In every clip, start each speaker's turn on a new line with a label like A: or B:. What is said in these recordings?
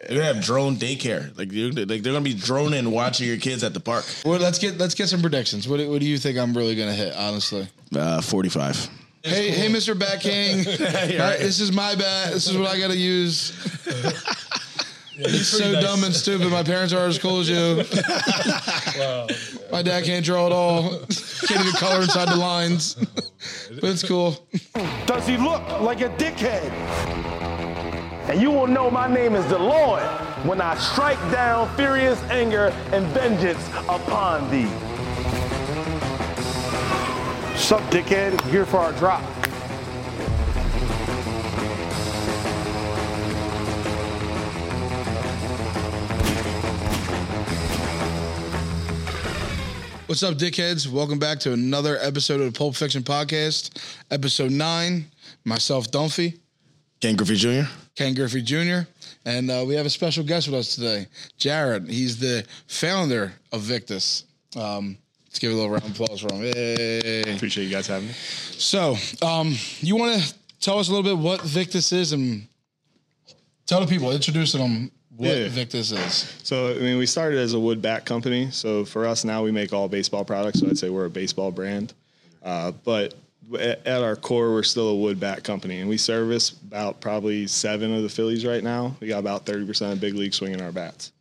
A: They're gonna have drone daycare. Like, you like they're gonna be droning watching your kids at the park.
B: Well, let's get let's get some predictions. What do, what do you think I'm really gonna hit? Honestly.
A: Uh, Forty-five.
B: Hey, hey, Mr. Bat King.
A: Yeah, right.
B: This is my bat. This is what I gotta use.
C: It's
B: So dumb and stupid. My parents are as cool as you.
C: Wow.
B: My dad can't draw at all. Can't even color inside the lines. But it's cool.
D: Does he look like a dickhead? And you will know my name is the Lord when I strike down furious anger and vengeance upon thee. Sup, dickhead? Here for our drop.
B: What's up, dickheads? Welcome back to another episode of the Pulp Fiction Podcast, episode nine. Myself, Dunphy,
A: Ken Griffey Jr.
B: Ken Griffey Jr., and uh, we have a special guest with us today, Jared. He's the founder of Victus. Um, let's give a little round of applause for him. Yay.
E: Appreciate you guys having me.
B: So, um, you want to tell us a little bit what Victus is and tell the people, introduce them what
E: Yeah.
B: Victus is.
E: So, I mean, we started as a wood bat company. So, for us now, we make all baseball products. So, I'd say we're a baseball brand. Uh, but w- at, at our core, we're still a wood bat company, and we service about probably seven of the Phillies right now. We got about thirty percent of big league swinging our bats.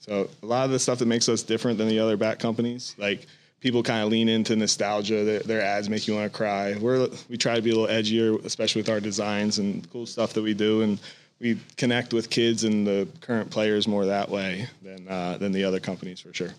E: So, a lot of the stuff that makes us different than the other bat companies, like people kind of lean into nostalgia. Their, their ads make you want to cry. We're we try to be a little edgier, especially with our designs and cool stuff that we do, and we connect with kids and the current players more that way than uh, than the other companies for sure.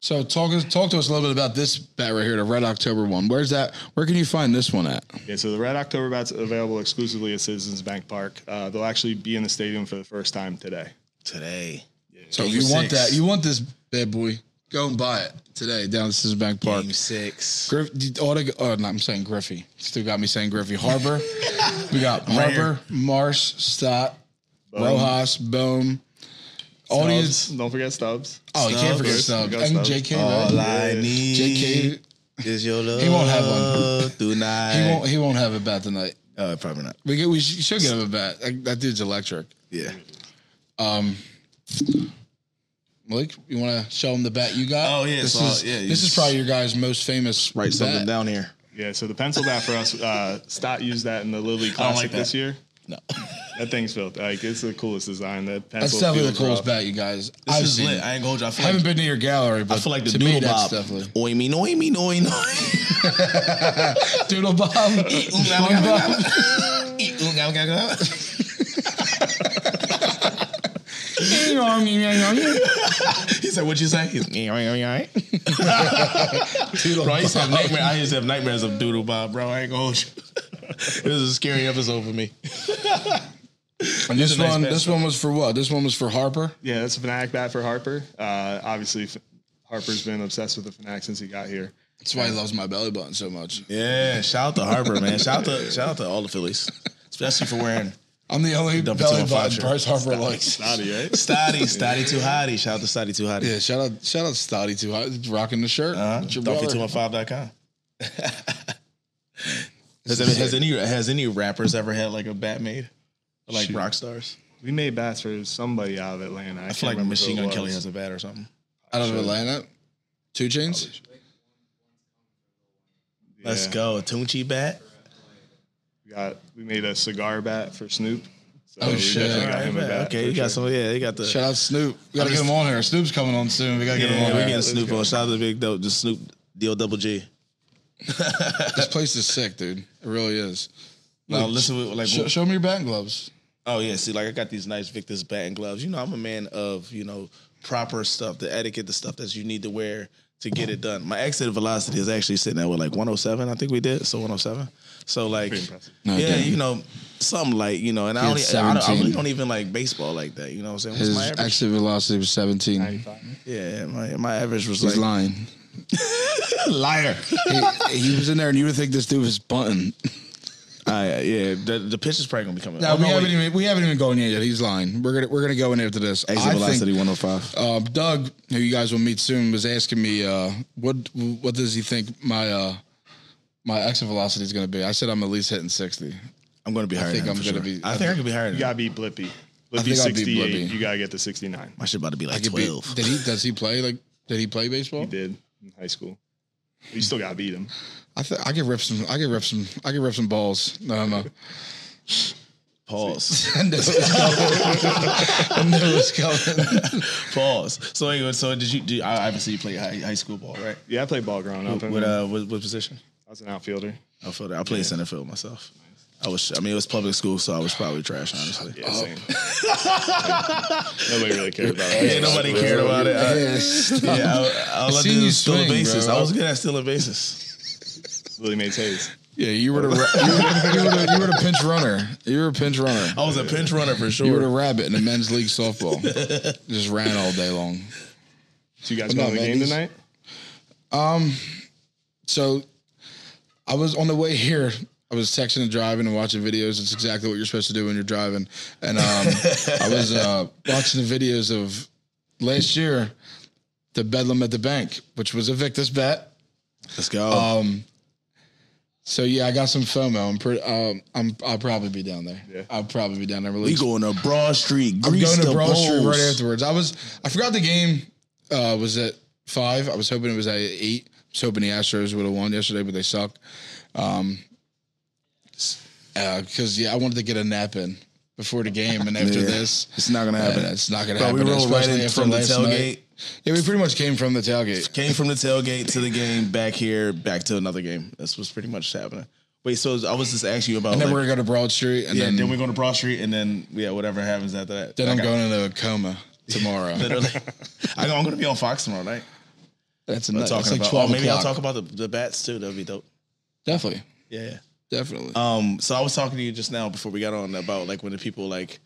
B: So, talk, talk to us a little bit about this bat right here, the Red October one. Where's that? Where can you find this one at?
E: Yeah, so the Red October Bat's available exclusively at Citizens Bank Park. Uh, they'll actually be in the stadium for the first time today.
A: Today.
B: So, if
A: Game
B: you want
A: six.
B: that, you want this bad boy, go and buy it today down at Citizens Bank Park.
A: Game six.
B: Griff, all the, oh, no, I'm saying Griffey. Still got me saying Griffey. Harbor. we got Harbor, Marsh, Stott, Rojas, Boom. All these.
E: Stubbs, don't forget Stubbs.
B: Oh, you can't
A: Stubbs.
B: forget Stubbs.
E: We
B: And
E: got Stubbs.
B: JK,
A: All
B: right?
A: I need
B: JK,
A: is your love.
B: He won't have one.
A: Tonight.
B: he won't, he won't have a bat tonight.
A: Uh, probably not.
B: We, get, we sh- should get him a bat. Like, that dude's electric.
A: Yeah.
B: Malik, you want to show him the bat you got?
A: Oh, yeah,
B: This,
A: so,
B: is,
A: yeah, you
B: this is
A: just-
B: probably your guy's most famous
A: Write something
B: bat.
A: down here.
E: Yeah, so the pencil bat for us, uh, Stott used that in the Little League
A: I don't
E: Classic
A: like that.
E: this year.
A: No.
E: That thing's built. Like it's the coolest design. That pencil.
B: That's definitely the
E: feels
B: coolest
E: rough.
B: bat you guys.
A: This
B: I've
A: is
B: seen.
A: lit. I ain't gonna hold you. I feel
B: I haven't
A: like,
B: been to your gallery, but
A: I feel like the
B: to me,
A: doodle
B: that's
A: bob.
B: definitely.
A: Oi me, oi me, oi me.
B: Doodle Bob. SpongeBob.
A: He said, "What you say?" He's Doodle bro, I used to have nightmares. I used to have nightmares of Doodle Bob, bro. I ain't gonna hold you. It was a scary episode for me.
B: And this
A: a nice
B: one,
A: bat,
B: this one was for what? This one was for Harper.
E: Yeah, that's a Fanatic bat for Harper. Uh, obviously, F- Harper's been obsessed with the Fanatic since he got here.
B: That's why he loves my belly button so much.
A: Yeah, shout out to Harper, man. Shout out to shout out to all the Phillies, especially for wearing
B: I'm the only
A: Dump it to
B: belly
A: a
B: button
A: flasher.
B: Bryce Harper likes.
E: Naughty, right?
A: Stoddy, Stoddy Too Hotty. Shout out to Stoddy Too Hotty.
B: Yeah, shout out, shout out, Stoddy too. I- Rocking the shirt.
A: Uh-huh.
B: It's your brother.
A: Duffy215.com. has, any, has any has any rappers ever had like a bat made? Like
E: Shoot.
A: rock stars?
E: We made bats for somebody out of Atlanta. I,
A: I feel like Machine Gun Kelly has a bat or something.
B: out of Atlanta. Two chains.
A: Let's go. A Tunchi bat.
E: We, got, we made a cigar bat for Snoop. So
B: Oh,
E: we
B: shit.
E: definitely got him a bat
A: okay,
E: for
A: you got
E: sure.
A: some. Yeah, you got the.
B: Shout out Snoop. We gotta
A: I'm
B: get
A: just-
B: him on here. Snoop's coming on soon. We gotta get him on
A: we
B: here.
A: getting Snoop
E: go.
A: on. Shout out to the big dope, just Snoop Deal Double G.
B: This place is sick, dude. It really is.
A: Now
B: Look,
A: listen, we- like,
B: Show, show me your bat gloves.
A: oh yeah, see, like I got these nice Victor's bat and gloves. You know, I'm a man of you know proper stuff, the etiquette, the stuff that you need to wear to get it done. My exit velocity is actually sitting at what like 107, I think we did. So 107. So like,
E: impressive.
A: yeah,
B: damn.
A: you know, something like you know, and I, only,
B: Kid's
A: I, don't, I
B: 17.
A: really don't even like baseball like that. You know what I'm saying? What's
B: His
A: my average?
B: exit velocity was 17.
A: yeah, my, my average was
B: He's
A: like
B: lying.
A: liar.
B: he, he was in there, and you would think this dude was bunting.
A: I, yeah, the, the pitch is probably gonna be coming.
B: No,
A: Oh,
B: we
A: no,
B: haven't
A: wait.
B: even we haven't even gone in yet. He's lying. We're gonna we're gonna go in after this.
A: Exit
B: I think,
A: velocity 105.
B: uh, Doug, who you guys will meet soon, was asking me uh, what what does he think my uh, my exit velocity is going to be. I said I'm at least hitting sixty.
A: I'm going to be higher.
B: think
A: than
B: I'm
A: him for
B: gonna
A: sure.
B: be-
A: I think I could be higher.
E: You
A: Than
E: gotta
A: him.
E: be blippy.
B: I
E: Lippy
B: think I'll beat
E: 68.
B: Lippy.
E: You got to get to 69.
A: My shit about to be
B: I
A: like
B: could beat-
A: twelve.
B: did he? Does he play? Like, did he play baseball?
E: He did in high school. You still got to beat him.
B: I th- I could rip some. I could rip some. I could rip some balls. No, no.
A: Pause.
B: I knew it was coming. I knew it was coming.
A: Pause. So anyway, so did you? Do, I obviously you played high, high school ball, right?
E: Yeah, I played ball growing up. I,
A: What
E: mean,
A: uh, what, what position?
E: I was an outfielder.
A: Outfielder. I played center field myself. I was. I mean, it was public school, so I was probably trash, honestly.
E: Yeah, same. Nobody really cared about it.
A: Yeah, nobody cared about it. I,
B: Yes.
A: yeah, I, all I,
B: I seen
A: did
B: you
A: was steal a
B: swing,
A: basis.
B: bro.
A: I was good at stealing bases.
E: Willie Mays Hayes.
B: Yeah, you were the ra- you were, you, were the, you were the pinch runner. You were a pinch runner.
A: I was a pinch runner for
B: You were the
A: sure.
B: rabbit in the men's league softball. Just ran all day long.
E: So you guys
B: But no,
E: going to the
B: man,
E: game
B: these-
E: tonight?
B: So I was on the way here. I was texting and driving and watching videos. It's exactly what you're supposed to do when you're driving. And um, I was uh, watching the videos of last year, the Bedlam at the Bank, which was a Victus bet.
A: Let's go.
B: So yeah, I got some FOMO. I'm pretty. Um, I'm. I'll probably be down there.
E: Yeah.
B: I'll probably be down there.
A: we
B: Really
A: going to Broad Street.
B: I'm
A: Grease
B: going to
A: the
B: Broad
A: bowls.
B: Street right afterwards. I was I forgot the game uh, was at five. I was hoping it was at eight. I was hoping the Astros would have won yesterday, but they suck. Um, because yeah, I wanted to get a nap in before the game and after
A: Yeah.
B: this.
A: It's not gonna happen.
B: and it's not gonna
A: Bro, we
B: happen.
A: rolled right
B: especially
A: in
B: after
A: from the
B: last
A: tailgate.
B: night. Yeah, we pretty much came from the tailgate.
A: Came from the tailgate to the game, back here, back to another game. That's what's pretty much happening. Wait, so I was just asking you about.
B: And then
A: like-
B: we're gonna go to Broad Street, and
A: yeah, then
B: then then,
A: we're going to Broad Street, and then yeah, whatever happens after that.
B: I'm
A: I got-
B: going into a coma tomorrow.
A: Literally, I know I'm going to be on Fox tomorrow night.
B: that's
A: I'm
B: another.
A: talking
B: That's like
A: about.
B: twelve.
A: oh, maybe I'll
B: o'clock.
A: talk about the, the bats too. That'd be dope.
B: Definitely,
A: Yeah. yeah.
B: definitely.
A: Um, so I was talking to you just now before we got on about like when the people like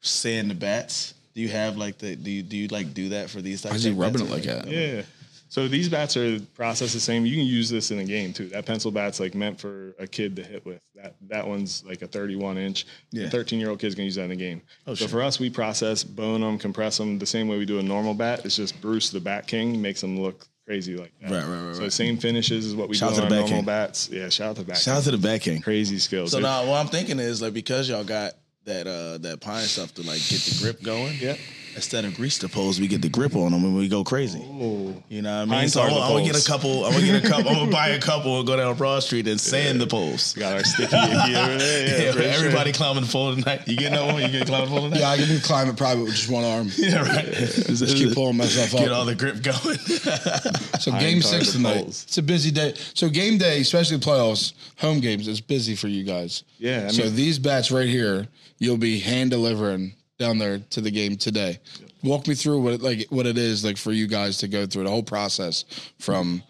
A: saying the bats. Do you have like the do you do you like do that for these?
B: Why
A: types
B: is he
A: of
B: rubbing it
A: bats?
B: like that?
E: Yeah. So these bats are the process the same. You can use this in a game too. That pencil bat's like meant for a kid to hit with. That that one's like a 31 inch.
A: Yeah. Oh,
E: A 13 year old kid's gonna use that in a game. so
A: shit.
E: for us, we process, bone them, compress them the same way we do a normal bat. It's just Bruce the Bat King makes them look crazy like that.
A: Right, right, right,
E: So
A: right.
E: same finishes is what we
A: Shout out
E: do
A: to
E: on
A: the Bat
E: our normal
A: King.
E: bats. Yeah. Shout out to the Bat
A: Shout out
E: King.
A: to the bat king.
E: Crazy skills.
A: So
E: dude.
A: now what I'm thinking is like because y'all got that uh that pine stuff to like get the grip going.
E: Yeah.
A: Instead of grease the poles, we get the grip on them and we go crazy. You know what I mean?
E: Pines
A: so
E: are
A: I'm,
E: the
A: gonna- I'm gonna get
E: poles.
A: a couple. I'm gonna get a couple. I'm gonna buy a couple and go down Broad Street and sand the poles.
E: We got our sticky icky over there. Yeah,
A: Yeah,
E: for sure.
A: everybody climbing the pole tonight. You getting that one? You getting climbing the pole tonight?
B: yeah, I can climb it private with just one arm.
A: Yeah, right.
B: Just keep pulling myself
A: Get
B: up.
A: all the grip going.
B: So
E: I'm
B: game
E: tired
B: six
E: of
B: tonight.
E: polls.
B: It's a busy day. So game day, especially playoffs, home games, it's busy for you guys.
E: Yeah, I
B: so
E: mean-
B: these bats right here, you'll be hand delivering down there to the game today. Walk me through what it, like what it is like for you guys to go through the whole process from.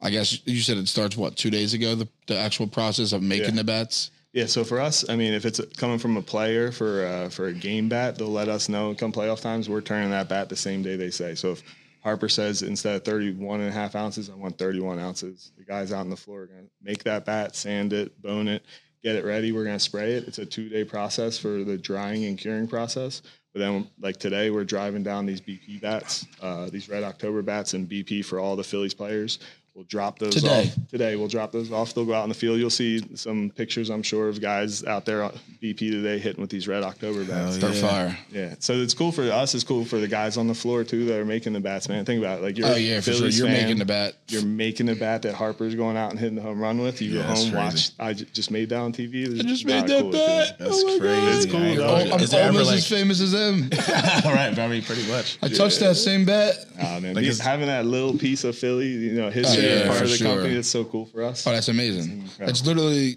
B: I guess you said it starts what two days ago. The, the actual process of making
E: Yeah.
B: the bats.
E: Yeah, so for us, I mean, if it's coming from a player for uh, for a game bat, they'll let us know come playoff times. We're turning that bat the same day they say. So if Harper says instead of 31 and a half ounces, I want 31 ounces, the guys out on the floor are going to make that bat, sand it, bone it, get it ready. We're going to spray it. It's a two day process for the drying and curing process. But then, like today, we're driving down these BP bats, uh, these Red October bats, and BP for all the Phillies players. We'll drop those
B: Today.
E: off today. We'll drop those off. They'll go out in the field. You'll see some pictures, I'm sure, of guys out there on BP today hitting with these red October bats.
B: Start fire.
E: yeah. So it's cool for us. It's cool for the guys on the floor too that are making the bats, man. Think about it. Like you're
B: Oh yeah, for sure.
E: Phillies
B: You're
E: fan.
B: making the bat.
E: You're making the bat that Harper's going out and hitting the home run with. You
A: Yeah,
E: go
A: that's
E: home,
A: crazy.
E: watch. I ju- just made that on TV. There's
B: I just
E: not
B: made
E: a
B: that
E: cooler
B: bat.
E: feeling.
A: That's
B: oh my
A: crazy.
B: God.
E: It's cool,
A: I ain't
E: though.
A: gonna
B: I'm
A: lie.
E: I'm
A: Is there ever
B: almost
A: like
B: as famous as them.
A: all right? I mean, pretty much.
B: I touched that same bat.
E: Ah, man,
A: Like
E: be-
A: it's-
E: having that little piece of Philly, you know, history
B: Oh, yeah,
E: part
B: for
E: of the
B: sure.
E: company. That's so cool for us.
B: Oh, that's amazing.
E: incredible.
B: It's literally,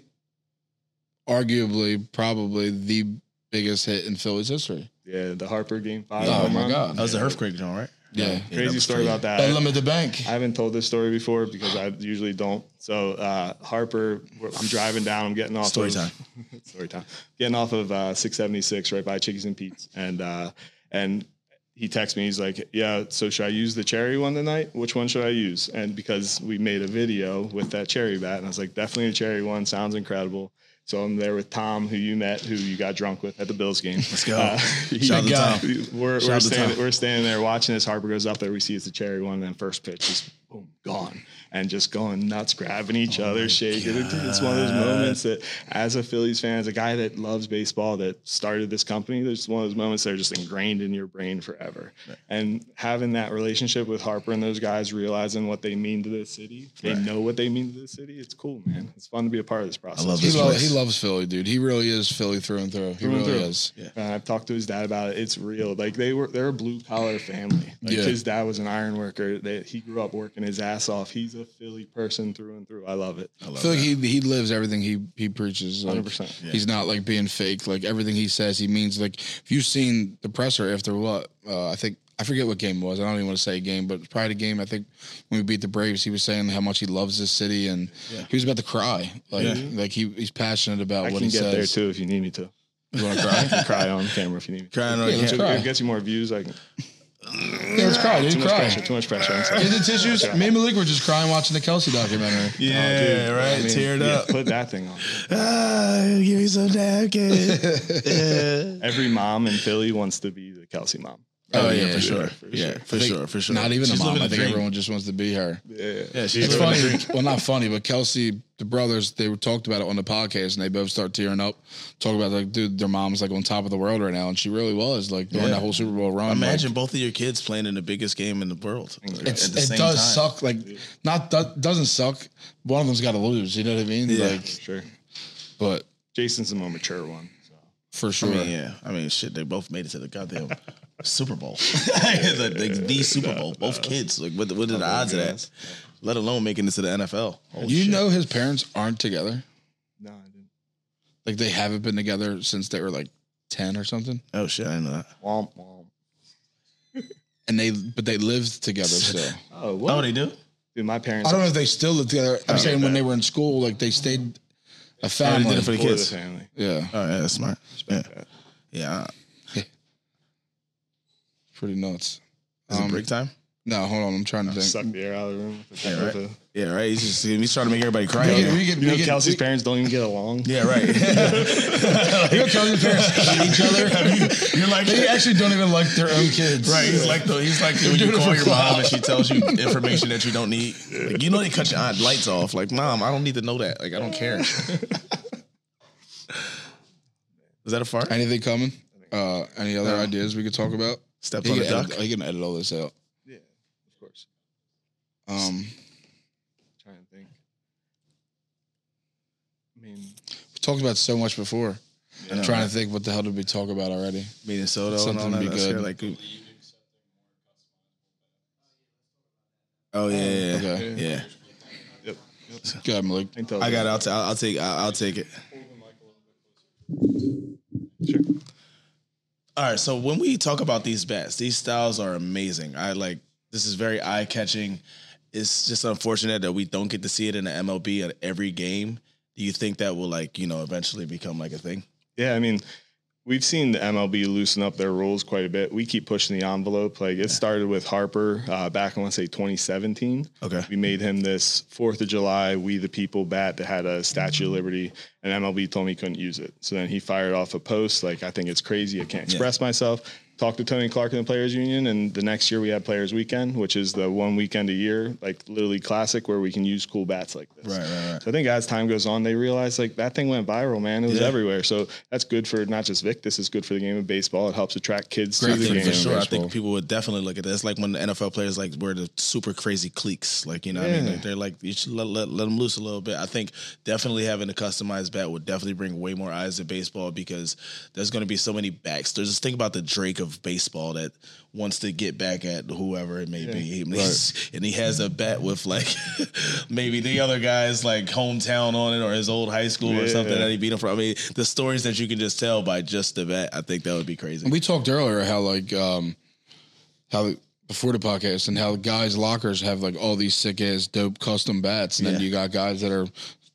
B: arguably, probably the biggest hit in Phillies history.
E: Yeah, the Harper game five.
B: Oh,
E: home
B: my
E: run.
B: God.
A: That was the earthquake, John, right?
B: Yeah.
A: Yeah, that
E: Crazy
A: was
E: story about that.
B: That limit the bank.
E: I haven't told this story before because I usually don't. So uh, Harper, we're- I'm driving down. I'm getting off.
A: Story
E: of,
A: time.
E: story time. Getting off of uh, 676 right by Chickies and Pete's, and uh, and he texts me. He's like, "Yeah, so should I use the cherry one tonight? Which one should I use?" And because we made a video with that cherry bat, and I was like, "Definitely the cherry one. Sounds incredible." So I'm there with Tom, who you met, who you got drunk with at the Bills game.
A: Let's go.
E: Uh,
A: Shout out to
B: guy.
A: Tom.
E: we're,
A: Shout
E: we're,
A: out to Tom.
E: standing, we're standing there watching as Harper goes up there. We see it's a cherry one, and then first pitch is boom, gone. and just going nuts, grabbing
A: Oh
E: each other, shaking. It- It's one of those moments that, as a Phillies fan, as a guy that loves baseball, that started this company, there's one of those moments that are just ingrained in your brain forever. And having that relationship with Harper and those guys, realizing what they mean to the city, they know what they mean to the city. It's cool, man. It's fun to be a part of this process.
A: love
B: He,
A: this
B: lo-
A: place.
B: he loves Philly, dude. He really is Philly through and through. He
E: Through and
B: really
E: through.
B: is.
A: Yeah.
E: And I've talked to his dad about it. It's real. Like they were, they're a blue collar family. Like
B: Yeah.
E: his dad was an iron worker. That he grew up working his ass off. He's a Philly person through and through. I love it.
B: I
A: Oh,
B: feel like he he lives everything he he preaches. Like,
E: 100%.
B: He's not like being fake. Like everything he says, he means. Like if you've seen the presser after what uh, I think I forget what game it was. I don't even want to say game, but it's probably the game. I think when we beat the Braves, he was saying how much he loves this city, and he was about to cry. Like like he, he's passionate about
E: I
B: what
E: can
B: he
E: get there
B: says.
E: too if you need me to.
B: You want to cry?
E: Cry on camera if you need me.
A: Crying on
B: Yeah,
E: It
A: camera.
B: Cry.
E: gets you more views. I can.
B: yeah, let's cry, dude.
E: Too much pressure.
B: Cry.
E: Too much pressure. I'm sorry.
B: Get the tissues. Me and Malik were just crying watching the Kelsey documentary.
A: Yeah,
E: Dude,
A: right.
E: I mean,
A: Teared
E: yeah,
A: up.
E: Put that thing on.
A: Ah, give me some napkin. Oh,
E: Every mom in Philly wants to be the Kelsey mom.
A: yeah,
B: Oh, yeah,
A: for
B: yeah,
A: sure.
E: for
A: Yeah,
E: sure.
A: for
B: I think
A: sure, for sure.
B: Not even
A: She's
B: a mom.
A: living
B: I think
A: dream.
B: everyone just wants to be her.
E: Yeah.
A: Yeah, she's
B: It's
A: living the
B: funny.
A: dream.
B: well, not funny, but Kelsey, the brothers, they were talked about it on the podcast, and they both start tearing up, talking about like, dude, their mom's like on top of the world right now, and she really was like during
A: Yeah.
B: that whole Super Bowl run.
A: Imagine
B: like,
A: both of your kids playing in the biggest game in the world. Like,
B: it's,
A: at the
B: it
A: same
B: does
A: time.
B: suck. Like, not do, doesn't suck. One of them's got to lose. You know what I mean?
A: Yeah.
B: Like,
E: Sure.
B: but
E: Jason's the more mature one. So.
B: for
A: I
B: sure,
A: mean, yeah. I mean, shit. They both made it to the goddamn Super Bowl, the, the, the Super Bowl. Both kids. Like, what, what are the odds of that? Let alone making it to the NFL. Holy
B: you
A: shit.
B: know his parents aren't together.
E: No, I didn't.
B: Like, they haven't been together since they were like ten or something.
A: Oh shit! I didn't know that.
E: Womp womp.
B: And they, but they lived together still.
E: Oh, what?
A: Oh, they do.
E: Dude, my parents.
B: I don't know if they still live together. I'm saying when they were in school, like they stayed a
A: Oh, they
B: family.
A: did it for the
E: for the
A: kids.
E: family.
B: yeah,
A: Oh yeah, that's smart. Yeah, yeah. uh,
B: pretty nuts.
A: Is it break time?
B: No, hold on. I'm trying to think.
E: Suck the air out of the room. With the
A: Yeah,
E: with
A: right.
E: the-
A: Yeah, right. He's just he's trying to make everybody cry.
B: We get, we get,
E: You know,
B: we get,
E: Kelsey's parents don't even get along.
A: Yeah, right.
B: you know, Kelsey's parents hate each other.
A: You're like
B: They actually don't even like their own kids.
A: Right, he's like the, he's like when you
B: doing it
A: call
B: for
A: your
B: clout.
A: mom and she tells you information that you don't need. Like, you know they cut your aunt lights off. Like, mom, I don't need to know that. Like, I don't care. Is that a fart?
B: Anything coming? Uh, any other ideas we could talk about?
A: Stepped
B: He
A: on
B: can,
A: a duck.
B: edit, he can edit all this out.
E: Of course.
B: Um,
E: Trying to think. I mean,
B: we talked about so much before. I'm trying to think what the hell did we talk about already?
A: Meeting Soto and all
B: Something
A: that.
B: be
A: That's
B: good.
A: good. Like, oh yeah, yeah, yeah.
B: Okay.
A: yeah.
E: yep.
B: Go ahead, Malik.
E: think that
A: I
E: was
A: got. It. I'll, t- I'll, I'll take. I'll, I'll take it.
E: Sure.
A: All right. So when we talk about these bats, these styles are amazing. I like. This is very eye catching. It's just unfortunate that we don't get to see it in the MLB at every game. Do you think that will like you know eventually become like a thing?
E: Yeah, I mean, we've seen the MLB loosen up their rules quite a bit. We keep pushing the envelope. Like it started with Harper uh, back, I want to say 2017.
A: Okay.
E: We made him this Fourth of July We the People bat that had a Statue
A: Mm-hmm.
E: of Liberty, and MLB told me he couldn't use it. So then he fired off a post like, "I think it's crazy. I can't express myself." Talked to Tony Clark in the Players Union, and the next year we had Players Weekend, which is the one weekend a year, like literally classic, where we can use cool bats like this.
A: Right, right, right.
E: So I think as time goes on, they realize like that thing went viral, man. It was
A: Yeah.
E: everywhere. So that's good for not just Vic. This is good for the game of baseball. It helps attract kids
B: Great
E: to the
B: thing
E: game.
A: for sure. I
B: baseball.
A: think people would definitely look at that. It's like when the NFL players like wear the super crazy cliques. Like you know, what I mean,
E: Yeah.
A: like, they're like you should let, let let them loose a little bit. I think definitely having a customized bat would definitely bring way more eyes to baseball because there's going to be so many backs. There's this thing about the Drake of baseball that wants to get back at whoever it may be, He- he's- and he has a bat with like maybe the other guy's like hometown on it or his old high school or something
E: Yeah.
A: that he beat him from. I mean, the stories that you can just tell by just the bat, I think that would be crazy.
B: We talked earlier how like um how before the podcast and how guys lockers have like all these sick ass dope custom bats and
A: Yeah.
B: then you got guys that are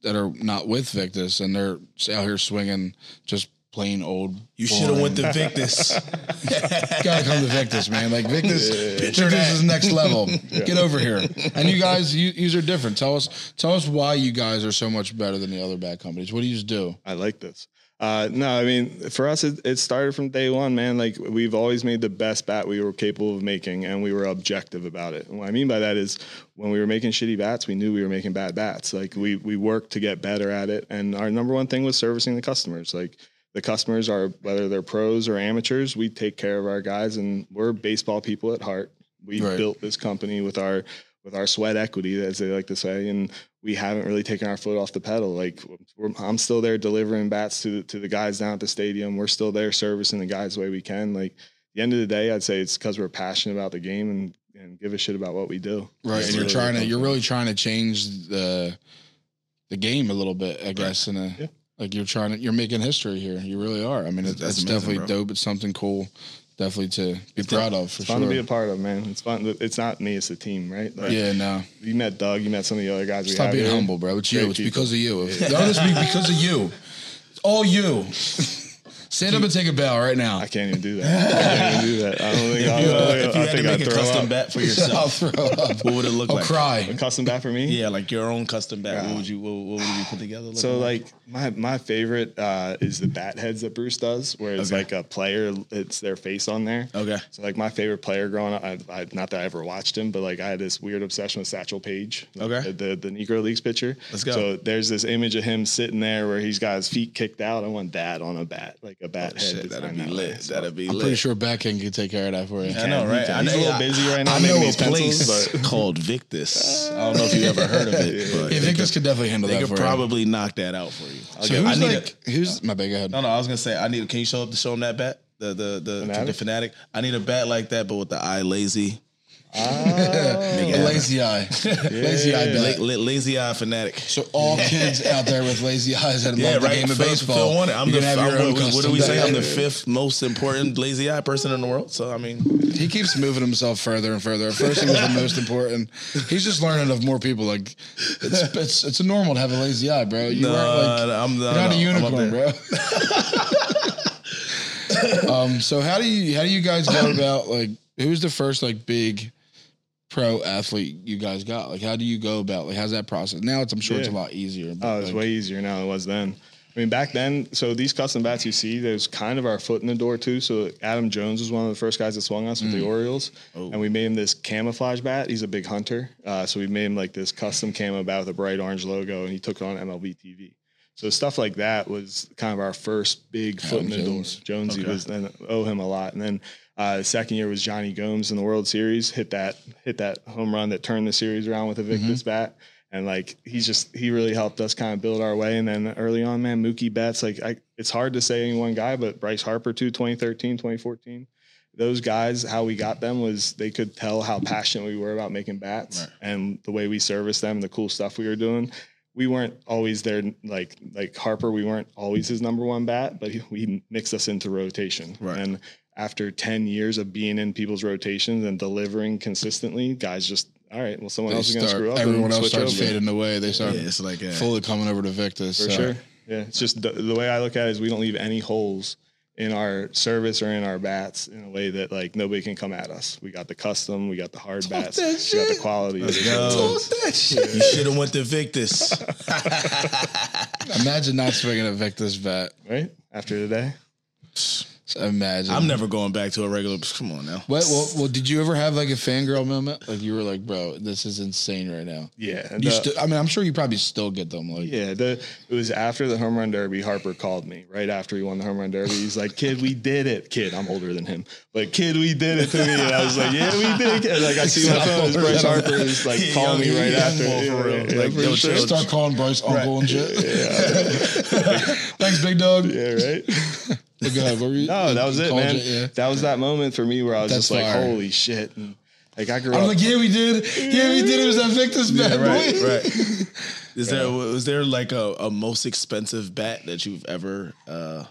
B: that are not with Victus and they're out here swinging just plain old.
A: You should have went to Victus.
B: gotta come to Victus, man. Like Victus,
A: Picture
B: Victus is next level. Get over here. And you guys, you, yous are different. Tell us, tell us why you guys are so much better than the other bat companies. What do you do?
E: I like this. Uh, no, I mean, for us, it, it started from day one, man. Like, we've always made the best bat we were capable of making, and we were objective about it. And what I mean by that is when we were making shitty bats, we knew we were making bad bats. Like, we, we worked to get better at it. And our number one thing was servicing the customers. Like, the customers are, whether they're pros or amateurs, we take care of our guys, and we're baseball people at heart. We
B: Right.
E: built this company with our with our sweat equity, as they like to say, and we haven't really taken our foot off the pedal. Like we're, I'm still there delivering bats to the, to the guys down at the stadium. We're still there servicing the guys the way we can. Like at the end of the day, I'd say it's because we're passionate about the game and and give a shit about what we do.
B: Right,
E: It's
B: and you're trying
E: really
B: to
E: important.
B: you're really trying to change the the game a little bit, I guess. In a
E: Yeah.
B: like you're trying to you're making history here. You really are. I mean, it's,
A: That's
B: it's
A: amazing, bro.
B: definitely dope. It's something cool, definitely to be proud of for
E: It's fun
B: sure.
E: to be a part of, man. It's fun. It's not me. It's the team, right? Like,
B: yeah, no.
E: You met Doug. You met some of the other guys.
B: Stop
E: we
B: being
E: have here.
B: humble, bro. It's you.
E: Great
B: it's
E: people.
B: because of you. If The others be because of you. It's all you. Stand up and take a bow right now.
E: I can't even do that. I can't even do that. I don't think I'll,
A: If you, uh,
E: I
A: if you had to
E: think I'd
A: make a
E: throw
A: custom
E: up.
A: bat for
B: I'll
A: yourself,
B: throw up.
A: what would it look
B: I'll
A: like?
E: A
B: cry.
E: custom bat for me?
A: Yeah, like your own custom bat.
E: Yeah.
A: What would you? What, what would you put together? looking
E: So like my my favorite uh, is the bat heads that Bruce does, where it's
A: Okay.
E: like a player, it's their face on there.
A: Okay.
E: So like my favorite player growing up, I, I, not that I ever watched him, but like I had this weird obsession with Satchel Paige.
A: Okay.
E: The, the the Negro Leagues pitcher.
A: Let's go.
E: So there's this image of him sitting there where he's got his feet kicked out. I want that on a bat, like a bat head.
A: Oh, shit, that'd
E: designed
A: be
E: that way.
A: lit.
E: So
A: That'd be
B: I'm
A: lit.
B: pretty sure Beckham can take care of that for you.
A: I know, right? I
E: He's
A: know,
E: a little
A: I-
E: busy right now
A: I
E: making
A: know
E: these
A: a place
E: pencils, but
A: called Victus. I don't know if you ever heard of it, but
B: Yeah,
A: they
B: Victus
A: could,
B: could definitely handle
A: they
B: that
A: could
B: for you.
A: probably knock that out for you. I'll
B: So
A: give-
B: who's
A: I need a-
B: like who's my big head?
A: no, no. I was gonna say I need. Can you show up to show them that bat? The the the fanatic. The,
E: Fanatic?
A: fanatic. I need a bat like that, but with the eye lazy,
B: A Oh. lazy eye, lazy eye.
A: La-
B: bet.
A: la- lazy eye fanatic.
B: So all kids out there with lazy eyes that
A: Yeah,
B: love
A: right.
B: the game of
A: Phil-
B: baseball,
A: Phil won it. I'm
B: you
A: the,
B: can have
A: I'm-
B: your own
A: what, what do
B: custom
A: we say? I'm the
B: bat.
A: fifth most important lazy eye person in the world. So I mean,
B: He keeps moving himself further and further. At first, he was the most important. He's just learning of more people. Like it's it's, it's normal to have a lazy eye, bro. You
A: no,
B: aren't like
A: I'm the,
B: you're not a
A: no, I'm up
B: unicorn,
A: there.
B: bro. um. So how do you how do you guys go about like who's the first like big pro athlete you guys got? Like how do you go about like how's that process? Now it's I'm sure it's a
E: Yeah.
B: lot easier. But,
E: Oh, it's
B: like,
E: way easier now than it was then. I mean, back then, so these custom bats you see, there's kind of our foot in the door too. So Adam Jones was one of the first guys that swung us with the Orioles, and we made him this camouflage bat. He's a big hunter, uh, so we made him like this custom camo bat with a bright orange logo, and he took it on MLB TV. So stuff like that was kind of our first big foot
B: Adam
E: in the
B: Jones.
E: door. Jonesy was then owe him a lot. And then uh, the second year was Johnny Gomes in the World Series hit that hit that home run that turned the series around
B: Mm-hmm.
E: with a Victus bat. And like he's just he really helped us kind of build our way. And then early on, man, Mookie Betts, like I, it's hard to say any one guy, but Bryce Harper too, 2013, 2014. Those guys, how we got them was they could tell how passionate we were about making bats and the way we serviced them, the cool stuff we were doing we weren't always there like like Harper, we weren't always his number one bat, but he, he mixed us into rotation.
A: Right.
E: And after 10 years of being in people's rotations and delivering consistently, guys just all right, well someone
B: they
E: else is gonna
B: start-
E: screw up. and
B: everyone else
E: switch
B: starts
E: over.
B: fading away. They
A: Yeah,
B: start
A: it's like a,
B: fully coming over to Victus.
E: For
B: so-
E: sure. Yeah. It's just the, the way I look at it is we don't leave any holes in our service or in our bats in a way that like nobody can come at us. We got the custom, we got the hard bats, we got the quality.
A: go. you should have went to Victus.
B: Imagine not swinging at Victus bat.
E: Right? After today.
B: Imagine.
A: I'm never going back to a regular. Come on now.
B: What, well, well, did you ever have like a fangirl moment? Like you were like, bro, this is insane right now.
E: Yeah.
B: You
E: the-
B: sti- I mean, I'm sure you probably still get them. Like,
E: Yeah, the it was after the home run derby. Harper called me right after he won the home run derby. He's like, "Kid, we did it, kid." I'm older than him, but kid, we did it to me. And I was like, "Yeah, we did." It. And, Like I see my phone, it's Bryce Harper is like
A: Yeah,
E: calling
A: young-
E: me right
A: young
E: after.
A: boy for real.
E: Yeah,
A: Like,
E: for
A: yo,
E: sure.
A: chill.
B: start calling Bryce uncle and shit. Thanks, big dog.
E: yeah, right.
B: But go ahead, what were you-
E: No, that was
B: you
E: it,
B: called
E: man.
B: it, yeah.
E: That was that moment for me where I was
B: That's
E: just like,
B: fire.
E: "Holy shit!" And, like I grew
B: I was
E: up.
B: like, yeah, we did. Yeah, we did. It was that Victus bat,
A: right,
B: boy.
A: right. Is there was there like a, a most expensive bat that you've ever uh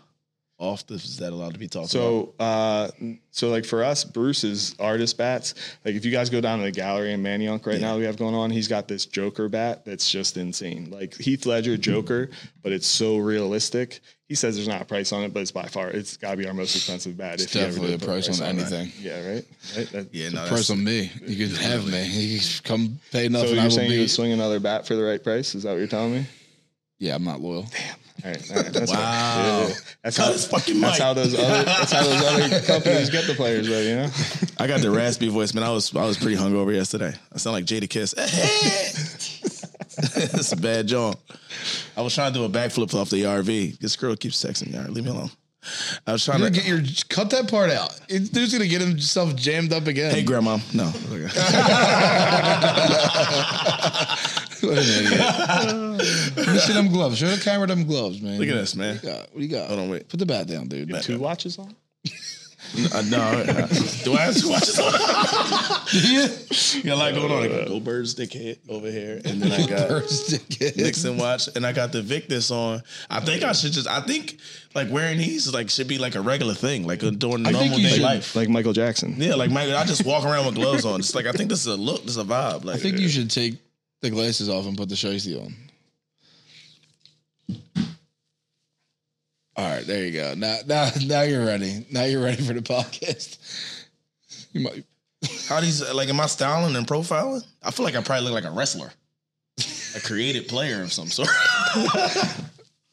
A: off? This is that allowed to be talked about?
E: So, uh, so like for us, Bruce's artist bats. Like if you guys go down to the gallery in Maniunk right now, that we have going on. He's got this Joker bat that's just insane. Like Heath Ledger Joker, but it's so realistic. He says there's not a price on it, but it's by far it's got to be our most expensive bat.
B: It's
E: you ever
B: definitely
E: did
B: a
E: put
B: price on
E: it.
B: anything.
E: Yeah, right. Right. That-
A: Yeah, no, that's,
B: Price on me. You could have me. You could come pay
E: So
B: nothing. I
E: you're
B: will
E: saying you
B: be.
E: would swing another bat for the right price? Is that what you're telling me?
B: yeah, I'm not loyal.
E: All right, all right, that's
A: Wow.
E: Right. Yeah, That's,
A: Cut
E: how,
A: his fucking
E: that's
A: mic.
E: how those other that's how those other companies get the players though, you know?
A: I got the raspy voice, man. I was I was pretty hungover yesterday. I sound like Jada Kiss. That's a bad job. I was trying to do a backflip off the RV. This girl keeps texting me. All right, leave me alone. I was trying
B: You're
A: to.
B: get your cut that part out. It, dude's gonna get himself jammed up again.
A: hey, grandma. No.
B: What an idiot. Let me see them gloves. Show the camera them gloves, man.
A: Look at this, man.
B: What you got? What you got?
A: Hold on, wait.
B: Put the bat down, dude.
E: Two watches on?
A: Uh, no. uh, do I have to watch this? You got a lot going on. I got Go Birds Dickhead over here, and then I got Nixon watch, and I got the Victus on. I think I should just. I think like wearing these is like should be like a regular thing, like during
B: I think
A: normal
B: you
A: day
B: should.
A: life.
E: Like Michael Jackson.
A: Yeah, like Michael, I just walk around with gloves on. It's like I think this is a look, this is a vibe. Like
B: I think you should take the glasses off and put the shiesty on. All right, there you go. Now, now, now you're ready. Now you're ready for the podcast. You might.
A: how these like am I styling and profiling? I feel like I probably look like a wrestler, a creative player of some sort.
B: Oh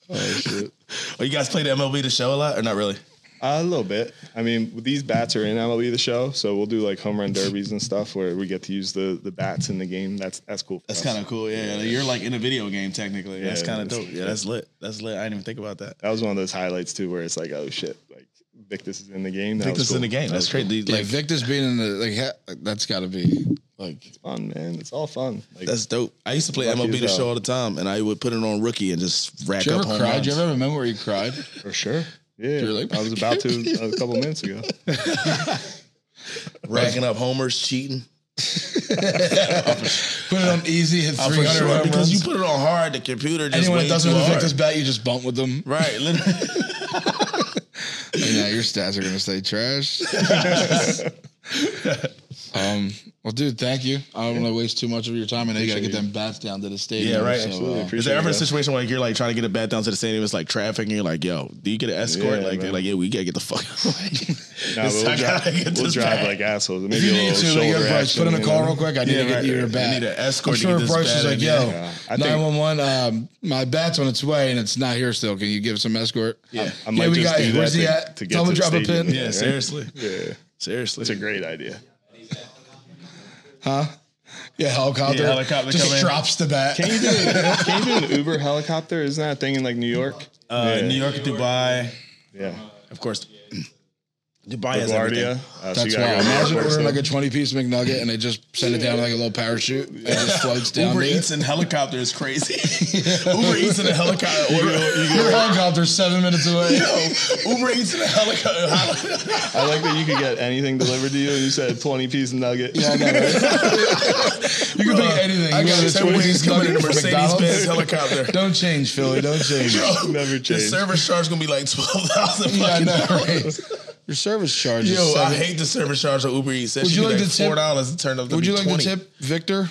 B: shit!
A: oh, you guys play the MLB the show a lot or not really?
E: Uh, a little bit. I mean, these bats are in MLB the show, so we'll do like home run derbies and stuff where we get to use the the bats in the game. That's that's cool. for
A: That's
E: us.
A: kind of cool. Yeah, you're like in a video game technically. that's
E: Yeah,
A: kind of
E: that's-
A: dope. Yeah, that's lit. That's lit. I didn't even think about that.
E: that was one of those highlights too, where it's like, oh shit, like Victus is in the game. That
A: Think
E: was
A: this is in the
E: cool.
A: game.
E: That
A: That's
E: was
A: crazy.
B: Like
A: Like
B: Victor's being in the like. Ha- that's got to be like.
E: Fun man, it's all fun. Like,
A: that's dope. I used to play
E: Lucky
A: MLB the
E: as
A: show
E: hell.
A: all the time, and I would put it on rookie and just rack
B: Did you
A: up
B: ever
A: home
B: cry?
A: runs.
B: Did you ever have a moment where you cried?
E: for sure. Yeah,
B: You're like-
E: I was about to a couple minutes ago.
A: Racking up homers, cheating.
B: Put it on easy, hit
A: Oh,
B: 300
A: for sure,
B: home
A: because
B: runs.
A: you put it on hard, the computer just
B: Anyone that
A: way
B: doesn't
A: too
B: have a
A: hard.
B: Victor's bat, you just bump with them.
A: Right, literally.
B: Yeah, your stats are gonna stay trash. um, well, dude, thank you. I don't want to waste too much of your time. I know you gotta get them bats down to the stadium.
A: Yeah, right.
B: so, uh,
E: Absolutely.
A: Is
E: Appreciate
A: there ever
E: you
A: a
E: guys.
A: situation where like you're like trying to get a bat down to the stadium? It's like traffic, and you're like, "Yo, do you get an escort?"
E: Yeah,
A: like they're
E: man.
A: like, "Yeah, we gotta get the fuck." out of here."
E: Nah,
A: It's
E: but we'll
A: like, I
E: drive,
A: gotta get
E: we'll
A: this
E: drive
A: back.
E: like assholes. Maybe
B: if you
E: a
B: need
E: little
B: to, like,
E: shoulder
B: yo, Bryce,
E: action,
B: put in a
E: you
B: call
E: know?
B: real quick. I need
A: Yeah,
B: to get
A: right.
B: you
A: I
B: your bat.
A: need an escort
B: I'm
A: to
B: sure
A: get this
B: Bryce
A: bat
B: is
A: in
B: like,
A: here.
B: yo,
E: Yeah, I think-
B: nine one one. Um, my bat's on its way and it's not here still. Can you give some escort? Um,
A: Yeah.
E: I might
B: yeah, we
E: just
B: got
E: do
B: it.
E: that
B: Where's he
E: to-
B: at?
E: to get
B: Tell him to
E: to the
B: drop a
E: stadium.
B: pin.
A: yeah,
E: right?
A: seriously,
E: Yeah,
A: seriously. Uh,
E: it's a great idea.
B: Yeah, helicopter.
A: Yeah, helicopter
B: Just
A: come in.
B: drops the bat.
E: Can you do it? Can you do an Uber helicopter? Isn't that a thing in like New York?
A: uh,
E: yeah.
A: New York, Dubai,
E: Yeah.
A: of course. Dubai has
E: LaGuardia.
A: Oh, everything.
E: Uh, so you
B: That's
E: gotta
B: why.
E: go to
B: Imagine
E: airport,
B: ordering
E: so-
B: like a 20 piece McNugget and they just send it down like a little parachute and it just floats down.
A: Uber
B: to you.
A: Eats and helicopter is crazy. Uber Eats in a helicopter. Order,
B: Your helicopter's seven minutes away.
A: yo, Uber Eats in a helicopter.
E: I like that you could get anything delivered to you. and You said twenty piece nugget.
B: Yeah, I know, right? you can pick anything.
A: I
B: You
A: got
B: want a
A: this everybody's
B: 20-piece
A: coming in a
B: nugget from
A: Mercedes Benz
B: McDonald's?
A: helicopter.
B: Don't change, Philly. Don't change. yeah,
E: Never
A: The
E: changed.
A: service charge gonna be like twelve thousand.
B: I know, right? Your service charge
A: Yo,
B: is
A: I
B: seven.
A: hate the service charge on Uber Eats. That
B: Would
A: should
B: you
A: be
B: like
A: like
B: to tip-
A: four dollars to turn up?
B: Would you like
A: 20.
B: to tip Victor?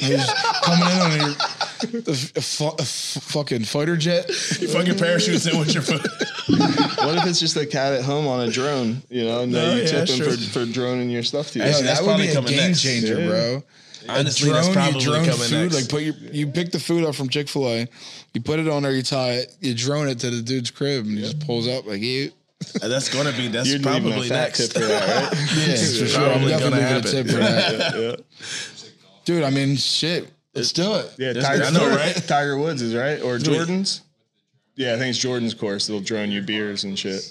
B: Who's coming in on your a, f- a fu- a f- fucking fighter jet?
A: You fucking parachutes in with your food.
E: What if it's just a cat at home on a drone? You know, and
A: No,
E: then you
A: yeah,
E: tip him
A: sure.
E: for, for droning your stuff to you.
A: Actually,
B: Yo,
A: that's
B: that would
A: probably
B: be a
A: coming
B: game
A: next.
B: changer,
E: Yeah.
B: bro.
A: Honestly, that's probably coming
B: food.
A: next.
B: Like put your you pick the food up from Chick Fil A, you put it on there, you tie it, you drone it to the dude's crib, and he just pulls up like you.
A: Uh, that's gonna be. That's
E: You're leaving a
A: probably
E: fat tip
A: next.
E: for that, right?
B: Yeah,
A: for sure. probably gonna happen.
B: for that,
E: yeah, yeah.
B: dude. I mean, shit. Let's do it.
E: Yeah,
A: This
E: Tiger,
A: guy- I know, right?
E: Tiger Woods is right, or Jordan's. Yeah, I think it's Jordan's course. They'll drone you beers and shit.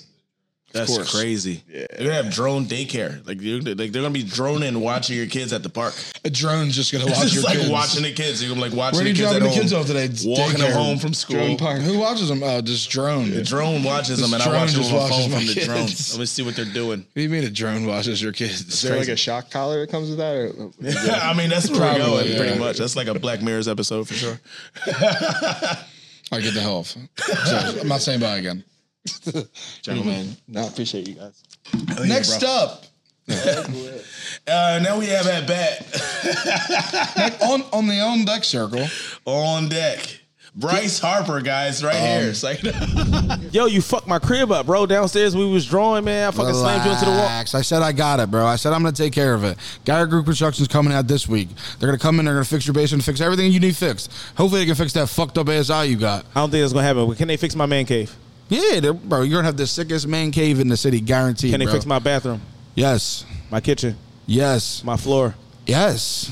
A: That's
B: course.
A: crazy. Yeah. They're gonna have drone daycare. Like you're like they're gonna be droning watching your kids at the park.
B: A drone's just gonna
A: It's
B: watch
A: just
B: your
A: like
B: kids.
A: watching the kids. You're gonna be like watching
B: Where are
A: the
B: you
A: kids
B: dropping the
A: at home,
B: kids off today? It's
A: walking them
B: daycare.
A: home from school.
E: Drone park.
B: Who watches them? Oh, just drone.
A: The drone watches them, and I
B: drone
A: watch them
B: just
A: on my
B: watches
A: phone
B: my
A: from the drone.
B: kids.
A: Let me see what they're doing.
B: What do you mean a drone watches your kids?
E: Is there like a shock collar that comes with that? Or,
A: I mean, that's where we're
B: Probably,
A: going
B: yeah.
A: pretty much. That's like a Black Mirror's episode for sure.
B: I get the hell off. So, I'm not saying bye again.
E: gentlemen, no, appreciate you guys.
B: Next up
A: Uh, now we have at bat
B: on on the on deck circle.
A: on deck. Bryce Harper, guys, right here. It's like
C: Yo, you fucked my crib up, bro. Downstairs we was drawing, man. I fucking slammed you into the wall.
F: Relax. I said I got it, bro. I said I'm gonna take care of it. Gary Group Construction's coming out this week. They're gonna come in. They're gonna fix your basement, fix everything you need fixed. Hopefully, they can fix that fucked up ASI you got.
C: I don't think that's gonna happen. But Can they fix my man cave?
F: Yeah, they're- bro, you're gonna have the sickest man cave in the city, guaranteed.
C: Can they
F: bro.
C: fix my bathroom,
F: Yes,
C: my kitchen,
F: yes,
C: my floor?
F: yes.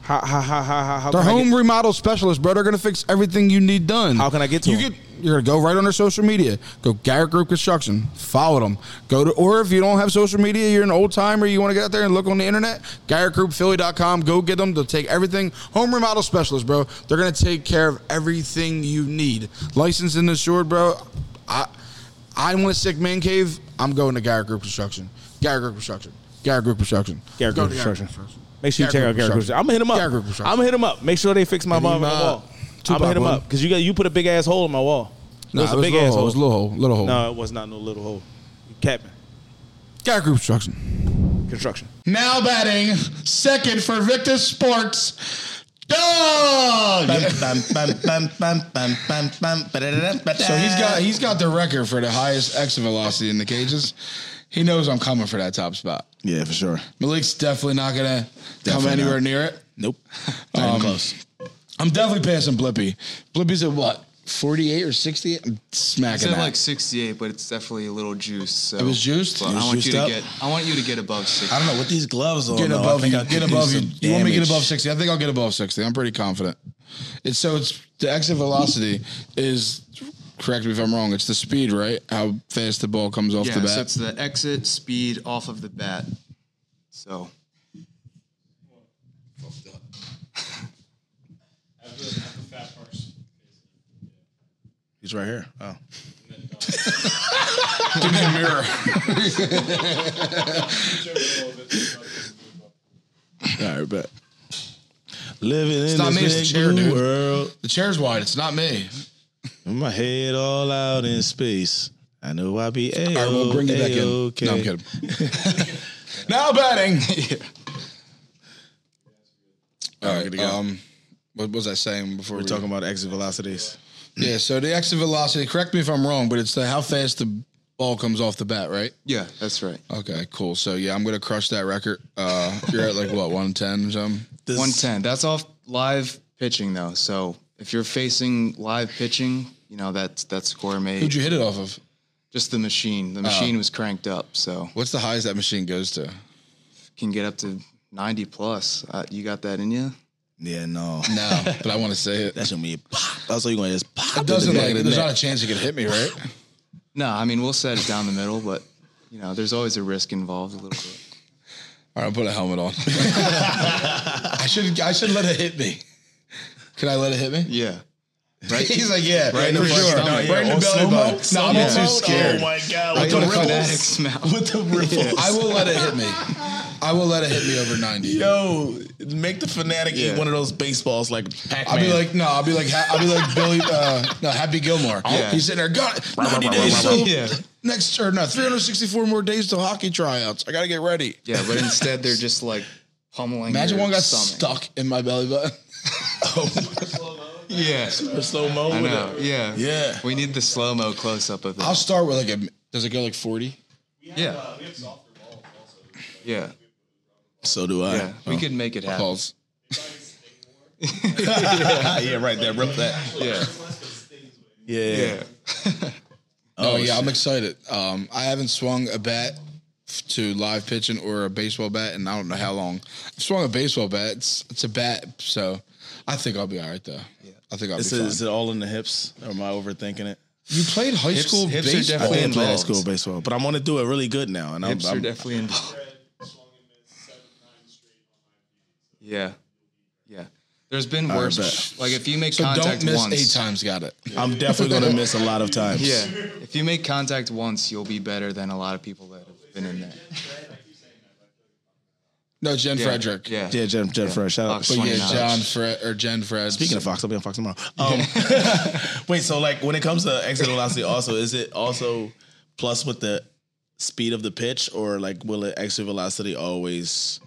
C: How how how how how, how
F: They're
C: can I
F: home
C: get-
F: remodel specialists, bro. They're gonna fix everything you need done.
C: How can I get to
F: you?
C: 'em?
F: Get, you're gonna go right on their social media. Go Garrett Group Construction. Follow them. Go to, or if you don't have social media, you're an old timer. You want to get out there and look on the internet. GarrettGroupPhilly.com. Go get them. They'll take everything. Home remodel specialists, bro. They're gonna take care of everything you need. Licensed and insured, bro. I I want a sick man cave. I'm going to Garrett Group Construction. Garrett Group Construction. Garrett Group Construction.
C: Garrett
F: Go
C: Group
F: to
C: Construction. Make sure you check out Garrett Group. I'm gonna hit him up.
F: Garrett Group
C: I'm
F: Construction.
C: gonna hit him up. Make sure they fix my
F: Hit him
C: mom on the
F: up.
C: wall. I'm
F: Tupac
C: gonna hit him up
F: wouldn't.
C: because you got you put a big ass hole in my wall.
F: No,
C: it was
F: it
C: a
F: was
C: big
F: little
C: ass
F: hole. It
C: hole.
F: was little hole. Little hole.
C: No, it was not no little hole. You capping
F: Garrett Group Construction.
C: construction.
B: Now batting second for Victus Sports, Dog. So he's got he's got the record for the highest exit velocity in the cages. He knows I'm coming for that top spot.
A: Yeah, for sure.
B: Malik's definitely not gonna come
A: Definitely
B: anywhere
A: not.
B: near it.
A: Nope. Not
B: Um,
A: even close.
B: I'm definitely passing Blippy. Blippy's at what? 48 or 68? I'm smacking
G: said
B: that.
G: like 68, but it's definitely a little juice. So.
B: It was juiced?
G: But
B: It
A: was
G: I want
A: juiced
G: you to
A: up?
G: get. I want you to get above 60.
A: I don't know what these gloves on.
B: get
A: though. I
B: above
A: think
B: you.
A: I could
B: Get
A: do
B: above you.
A: some
B: You want me to get
A: damage.
B: above 60? I think I'll get above 60. I'm pretty confident. It's so it's the exit velocity is correct me if I'm wrong. It's the speed, right? How fast the ball comes off
G: yeah,
B: the bat.
G: so it's the exit speed off of the bat. So
A: He's right here. Oh. All right, bet. Living in
B: not me, it's the
A: this
B: chair,
A: big blue
B: dude.
A: world,
B: the chair's wide. It's not me.
A: my head all out in space. I know I be a
B: All right, we'll bring you back in.
A: okay.
B: No, I'm kidding. now batting. All right. Um, what was I saying before
A: We're talking about exit velocities.
B: Yeah. So the exit velocity. Correct me if I'm wrong, but it's the how fast the ball comes off the bat, right?
G: yeah, that's right.
B: Okay. Cool. So yeah, I'm gonna crush that record. Uh, you're at like what 110 or something.
A: This-
G: 110. That's off live pitching though. So if you're facing live pitching, you know that's that score may
B: Who'd you Oh. hit it off of?
G: just the machine. The machine was cranked up, so
B: What's the highest that machine goes to?
G: can get up to 90 plus. Uh, you got that in you?
A: Yeah, no.
B: No, but I want to say it.
A: That's gonna be pop. That's all you're gonna just pop.
B: It doesn't
A: in the back
B: like.
A: of the
B: There's
A: net.
B: not a chance it could hit me, right?
G: No, I mean we'll set it down the middle, but you know there's always a risk involved a little bit.
B: All right, I'll put a helmet on. I should. I should let it hit me. Can I let it hit me?
G: Yeah.
B: He's like, yeah,
G: in
B: for
G: the
B: sure.
G: stomach.
B: No,
G: Yeah,
B: right in the belly button. No, I'm
G: Yeah.
B: too scared.
A: Oh my god!
B: I
A: With the
B: got a
A: ripples.
G: Fanatic mouth.
A: With the ripples.
B: I will let it hit me. I will let it hit me over 90.
A: Yo, make the fanatic eat
G: Yeah.
A: one of those baseballs like Pac-Man.
B: I'll be like, no, I'll be like, ha- I'll be like Billy, uh, no, Happy Gilmore.
G: Yeah.
B: He's sitting there, got it. 90 days till
G: Yeah.
B: next, or no, 364 more days till hockey tryouts. I got to get ready.
G: Yeah, but instead they're just like pummeling.
B: Imagine
G: your
B: one got
G: stomach.
B: stuck in my belly button.
A: Oh
G: Yeah,
A: slow mo.
G: I
A: with it.
G: know. Yeah,
A: Yeah.
G: We need the slow mo close up of it.
B: I'll start with like a, does it go like 40?
G: yeah. yeah,
A: So do I.
G: yeah. We could make it happen.
B: Pause.
A: Ah, yeah, right there. Rip that.
G: Yeah,
A: Yeah.
G: yeah.
B: Oh, yeah, I'm excited. Um, I haven't swung a bat f- to live pitching or a baseball bat, and I don't know how long. I've swung a baseball bat. It's, it's a bat, so I think I'll be all right though. I think I'll
A: Is
B: be
A: it,
B: fine.
A: is it all in the hips? Or am I overthinking it?
B: you played high
G: Hips-
B: school
G: hips are
B: baseball.
A: I
G: Play
A: didn't play high
G: involved.
A: school baseball, but I'm gonna do it really good now. And I'm,
G: Hips are
A: I'm
G: definitely involved. Yeah, yeah. There's been worse.
A: bet.
G: like if you make
B: so
G: contact
B: don't miss
G: once,
B: eight times. Got it.
A: I'm definitely gonna miss a lot of times.
G: yeah. If you make contact once, you'll be better than a lot of people that have been in there.
B: No, Jen
G: Yeah.
B: Frederick.
G: Yeah.
A: Yeah, Jen, Jen Fresh. Shout out.
G: Fox
A: But yeah,
B: Yeah,
G: 29.
B: John Fred or Jen Fred.
A: Speaking of Fox, I'll be on Fox tomorrow. Um, wait, so like when it comes to exit velocity, also is it also plus with the speed of the pitch, or like will it exit velocity always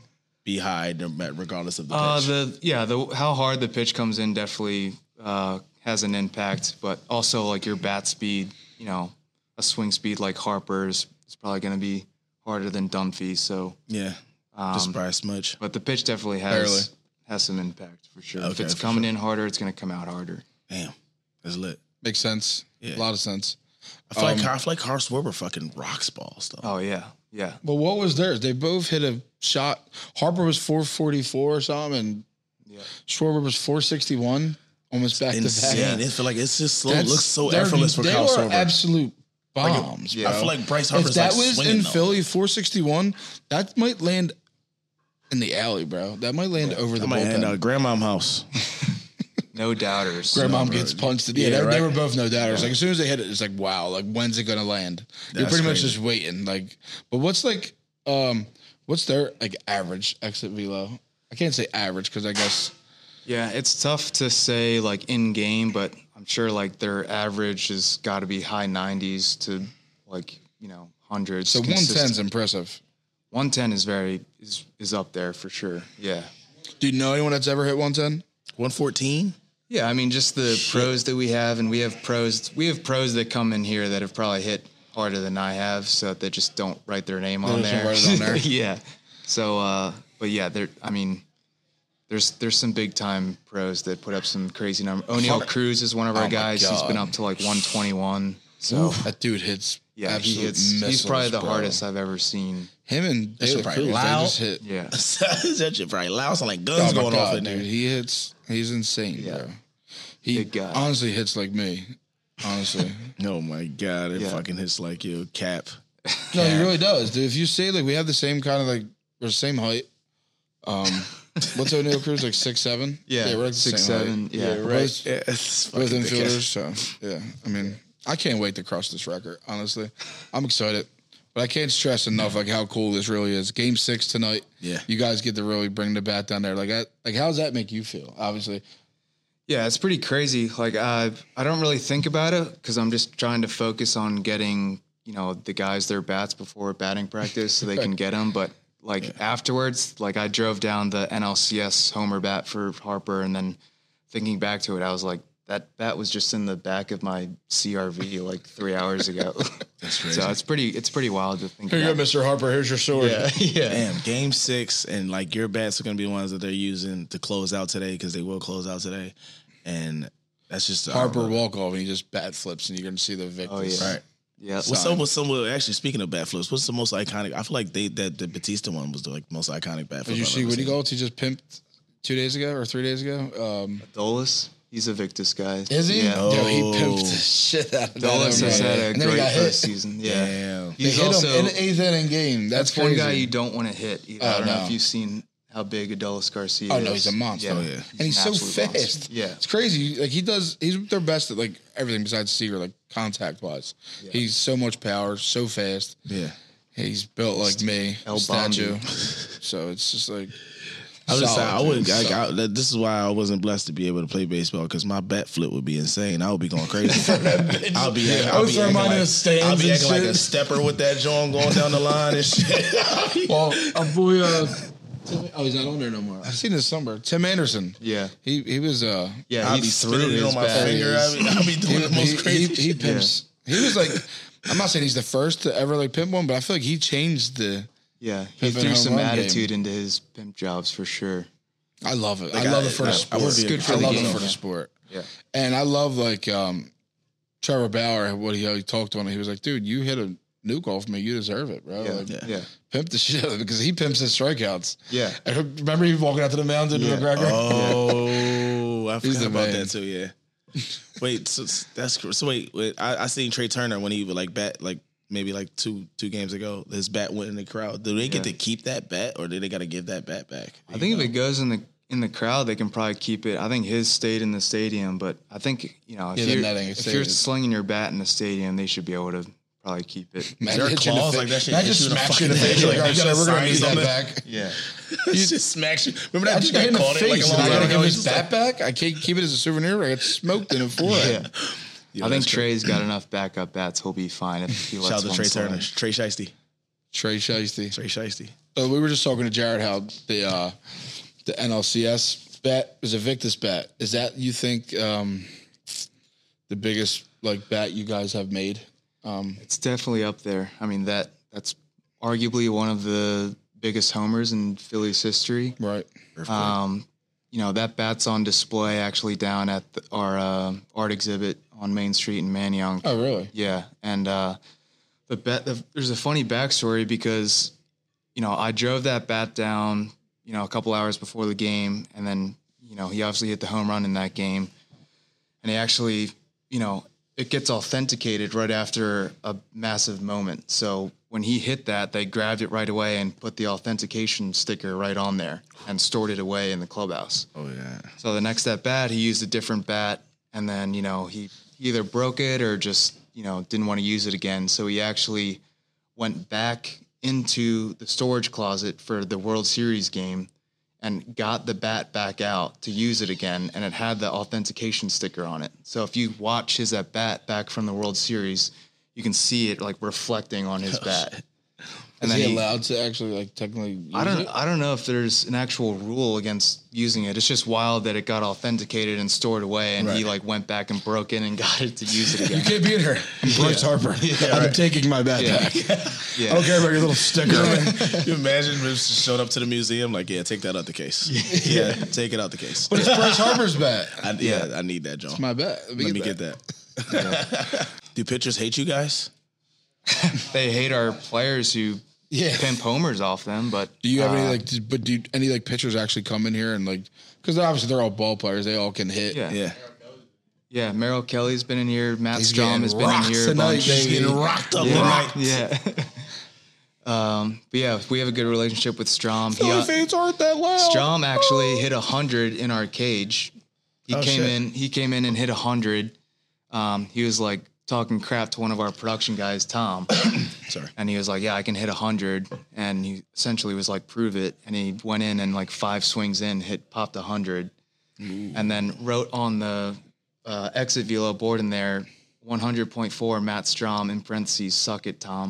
A: be high no mat- regardless of the
G: Uh,
A: pitch?
G: the yeah, the how hard the pitch comes in definitely uh, has an impact, but also like your bat speed, you know, a swing speed like Harper's is probably going to be harder than Dunphy. So,
A: Yeah.
G: Um,
A: Just by smudge.
G: but the pitch definitely has
B: Barely.
G: has some impact for sure. if
A: Okay,
G: it's
A: for
G: coming in harder, it's going to come out harder.
A: Damn. That's lit.
B: Makes sense.
A: Yeah.
B: A lot of sense.
A: I feel like I feel like Carl Swerber fucking rocks balls though.
G: Oh yeah, yeah.
B: But what was theirs? They both hit a shot. Harper was 444 or something, and
G: Yeah.
B: Schwarber was 461, almost back to back.
A: Insane. It feel like it's just slow. It
B: That's-
A: looks so
B: they're-
A: effortless for
B: they
A: Carl
B: were
A: Swerber.
B: Absolute bombs.
G: yeah.
B: bro.
A: I feel like Bryce
B: if
A: Harper's
B: that
A: like
B: was
A: swinging
B: in
A: though.
B: Philly 461, that might land in the alley, bro. That might land over the
A: I might
B: bullpen.
A: hand out uh, grandmom house.
G: No doubters.
B: Grandmom gets punched. Yeah,
A: Yeah,
B: they, they
A: right.
B: were both no doubters. Like as soon as they hit it, it's like wow. Like when's it gonna land? You're
A: That's
B: pretty much
A: crazy.
B: just waiting. Like, but what's like, um, what's their like average exit velo? I can't say average because I guess
G: Yeah, it's tough to say like in game, but I'm sure like their average has got to be high 90s to like you know hundreds.
B: so one ten's
G: consistent.
B: impressive.
G: 110 is very is is up there for sure. Yeah,
B: Do you know anyone that's ever hit one ten?
A: 114?
G: yeah. I mean, just the pros that we have, and we have pros. We have pros that come in here that have probably hit harder than I have, so that they just don't write their name on
B: just
G: there.
B: don't write it on there.
G: yeah. So, uh, but yeah, there. I mean. There's there's some big time pros that put up some crazy numbers. O'Neill Cruz is one of our
B: Oh my
G: guys. He's been
B: God.
G: up to like 121. So
B: That dude hits.
G: Oh. yeah,
B: absolute
G: he hits. he's
B: missiles,
G: probably the
B: bro.
G: hardest I've ever seen.
B: Him and
A: That shit
B: Taylor
A: probably
B: Cruz, they
A: loud.
B: just hit.
G: Yeah,
A: that shit probably loud. Sound like
B: Oh
A: guns
B: my
A: going
B: God,
A: off in
B: dude.
A: there.
B: He hits. He's insane, bro. He
G: Big guy.
B: honestly hits like me. Honestly,
A: Oh my god, it
G: Yeah.
A: fucking hits like your cap.
B: No, he really does, dude. If you say like we have the same kind of like we're the same height. Um, what's O'Neill Cruz like six seven?
G: yeah,
B: we're like the
G: six
B: same height.
G: seven. Yeah,
B: We're Both,
A: Yeah, it's
B: both
A: fucking dickhead.
B: infielders. So yeah, I mean, I can't wait to cross this record. Honestly, I'm excited, but I can't stress enough like how cool this really is. Game six tonight.
A: Yeah.
B: you guys get to really bring the bat down there. Like, I, like how does that make you feel? Obviously,
G: yeah. It's pretty crazy. Like I I don't really think about it because I'm just trying to focus on getting you know the guys their bats before batting practice so they can get them. But like afterwards, like I drove down the NLCS homer bat for Harper, and then thinking back to it, I was like. That bat was just in the back of my CRV like three hours ago. That's crazy. So it's pretty, it's pretty wild to think.
B: here you
G: about.
B: go, Mister Harper. Here's your sword.
G: Yeah, yeah.
A: Damn, game six, and like your bats are gonna be the ones that they're using to close out today because they will close out today, and that's just I don't
B: Harper
A: know.
B: walk off and he just bat flips and you're gonna see the victims.
G: Oh yeah.
A: Right.
G: Yeah.
A: What's some what's some well, actually speaking of bat flips? What's the most iconic? I feel like they that the Batista one was the like most iconic bat flip.
B: Did you
A: I've
B: see
A: ever
B: Woody
A: seen.
B: Galt? He just pimped two days ago or three days ago. Um,
G: Dolas. He's a Victus guy.
B: Is he?
G: Yeah.
B: Yo, he pimped
A: Oh.
B: the shit out of
G: Dolas
B: that.
G: has
B: hombre.
G: had a
B: and then he
G: great
B: got
G: first
B: hit.
G: season. Yeah.
A: Damn.
B: They
G: He's
B: hit
G: also
B: him in the eighth inning game. That's,
G: that's one guy
B: crazy.
G: you don't want to hit. Either.
B: Oh,
G: I don't know
B: no.
G: if you've seen how big Adolis Garcia
B: Oh
G: is.
B: no, he's a monster.
G: Yeah.
B: and he's
G: an
B: so
G: absolute
B: fast.
G: monster. Yeah.
B: it's crazy. Like he does, he's their best at like everything besides Seager, like contact wise. He's so much power, so fast.
A: Yeah.
B: He's built like me,
G: El
B: statue. so it's just like
A: I was just
B: solid,
A: saying, I
B: dude.
A: would.
B: Solid.
A: I, I, that- this is why I wasn't blessed to be able to play baseball because my bat flip would be insane. I would be going crazy. I'll be. I'll
H: was
A: be acting
H: reminded
A: like,
H: of stands
A: I'll be
H: and
A: acting like
H: shit.
A: a stepper with that joint going down the line and shit.
B: Well, our boy, uh, Tim, oh, he's not on there no more. I've seen this somewhere. Tim Anderson.
G: Yeah.
B: He he was uh
G: Yeah.
A: I'll
G: he
A: be
G: threw
A: spinning it on
G: his
A: my
G: bat.
A: finger.
G: He's-
A: I'll be, I'll be doing the most
B: he,
A: crazy.
B: he, he pimps. He was like, I'm not saying he's the first to ever like pimp one, but I feel like he changed the.
G: Yeah. He
B: Pimping
G: threw
B: home
G: some
B: run game.
G: attitude into his pimp jobs for sure.
B: I love it.
A: Like,
B: I love
A: I-
B: it for
A: I-
B: the
A: I
B: sport.
A: would be a
B: good
A: good
B: I love
G: game.
B: it for the
G: Yeah.
B: sport.
G: Yeah.
B: And I love like um, Trevor Bauer. What he, how he talked on it. He was like, dude, you hit a nuke off me. You deserve it, bro.
G: Yeah.
B: Like,
G: Yeah.
B: Pimp the shit out of it because he pimps his strikeouts.
G: Yeah.
B: I remember he walking out to the mound to
G: Yeah.
B: McGregor.
A: Oh, I
B: He's
A: forgot
B: the
A: about
B: man.
A: that too. Yeah. Wait, so so that's cr- so. Wait, wait I, I seen Trey Turner when he would like bat like maybe like two two games ago. His bat went in the crowd. Do they get to keep that bat or do they got to give that bat back?
G: I think if it goes in the in the crowd, they can probably keep it. I think his stayed in the stadium, but I think you know if
B: Yeah, the
G: you're
B: netting
G: if
B: is
G: you're
B: saved.
G: slinging your bat in the stadium, they should be able to probably keep it.
B: Man,
A: Their
B: hit you in the
A: claws
B: fa-
A: like that shit
B: Man,
A: hit
B: just
A: you in the
B: smacks you in the
A: fucking
B: face. You're
A: head.
B: like, all right,
A: You
B: sir,
A: gotta
B: we're gonna
A: sign
B: need that
A: something.
B: back.
G: Yeah,
A: It just smacks you. Remember that
B: I just got hit in the
A: caught it, like,
B: face,
A: a
B: and I
A: long
B: gotta
A: time
B: give
A: ago?
B: his bat back. I can't keep it as a souvenir. I got smoked in a forehead.
G: I think Trey's got enough backup bats. He'll be fine if he lets
A: Shout out
G: one
A: to Trey
G: slide.
A: Turner, Trey Shiesty,
B: Trey Shiesty.
A: Trey Shiesty.
B: So we were just talking to Jared how the uh, the NLCS bet is a Victus bet. Is that you think? Um, the biggest like bat you guys have made? Um,
G: It's definitely up there. I mean that that's arguably one of the biggest homers in Phillies history.
B: right.
G: Um, you know that bat's on display actually down at the, our uh, art exhibit on Main Street in Manayong.
B: Oh, really?
G: Yeah, and uh, the bet the, there's a funny backstory because you know I drove that bat down you know a couple hours before the game, and then you know he obviously hit the home run in that game, and he actually you know it gets authenticated right after a massive moment. So when he hit that, they grabbed it right away and put the authentication sticker right on there and stored it away in the clubhouse.
A: Oh yeah.
G: So the next at bat, he used a different bat, and then you know he either broke it or just you know didn't want to use it again. So he actually went back into the storage closet for the World Series game and got the bat back out to use it again, and it had the authentication sticker on it. So if you watch his at bat back from the World Series, you can see it like reflecting on his bat. And
B: Oh, Is he,
G: he-
B: allowed to actually like technically? Use
G: I don't.
B: It?
G: I don't know if there's an actual rule against using it. It's just wild that it got authenticated and stored away, and he like went back and broke in and got it to use it
B: You
G: again.
B: can't beat her. Bryce Harper. I'm taking my bat back. I
G: yeah.
B: don't care about your little sticker.
A: you imagine if it showed up to the museum like, yeah, take that out the case. Yeah, take it out the case.
B: but it's Bryce Harper's bat.
A: I, yeah, I need that, John.
B: My bat. Let
A: Let me get that. Do pitchers hate you guys?
G: They hate our players who
B: Yeah.
G: pimp homers off them, but
B: Do you have
G: Uh,
B: any like? d- But do you- any like pitchers actually come in here and like? Because obviously they're all ball players. They all can hit.
G: yeah, yeah.
A: Yeah.
G: Merrill Kelly's been in here. Matt
B: He's getting
G: Strom has been in
B: rocked
G: here a
B: tonight,
G: bunch.
B: baby.
A: Getting rocked up
G: Yeah,
A: tonight.
G: yeah. um, but yeah, we have a good relationship with Strom. He, uh,
B: aren't that loud.
G: Strom actually hit a hundred in our cage. He came
A: shit.
G: in. He came in and hit a hundred. Um, he was like talking crap to one of our production guys, Tom.
A: Sorry.
G: And he was like, "Yeah, I can hit a hundred. And he essentially was like, "Prove it." And he went in and like five swings in, hit popped a hundred, and then wrote on the uh, exit velo board in there. 100.4 Matt Strom in parentheses, suck it, Tom.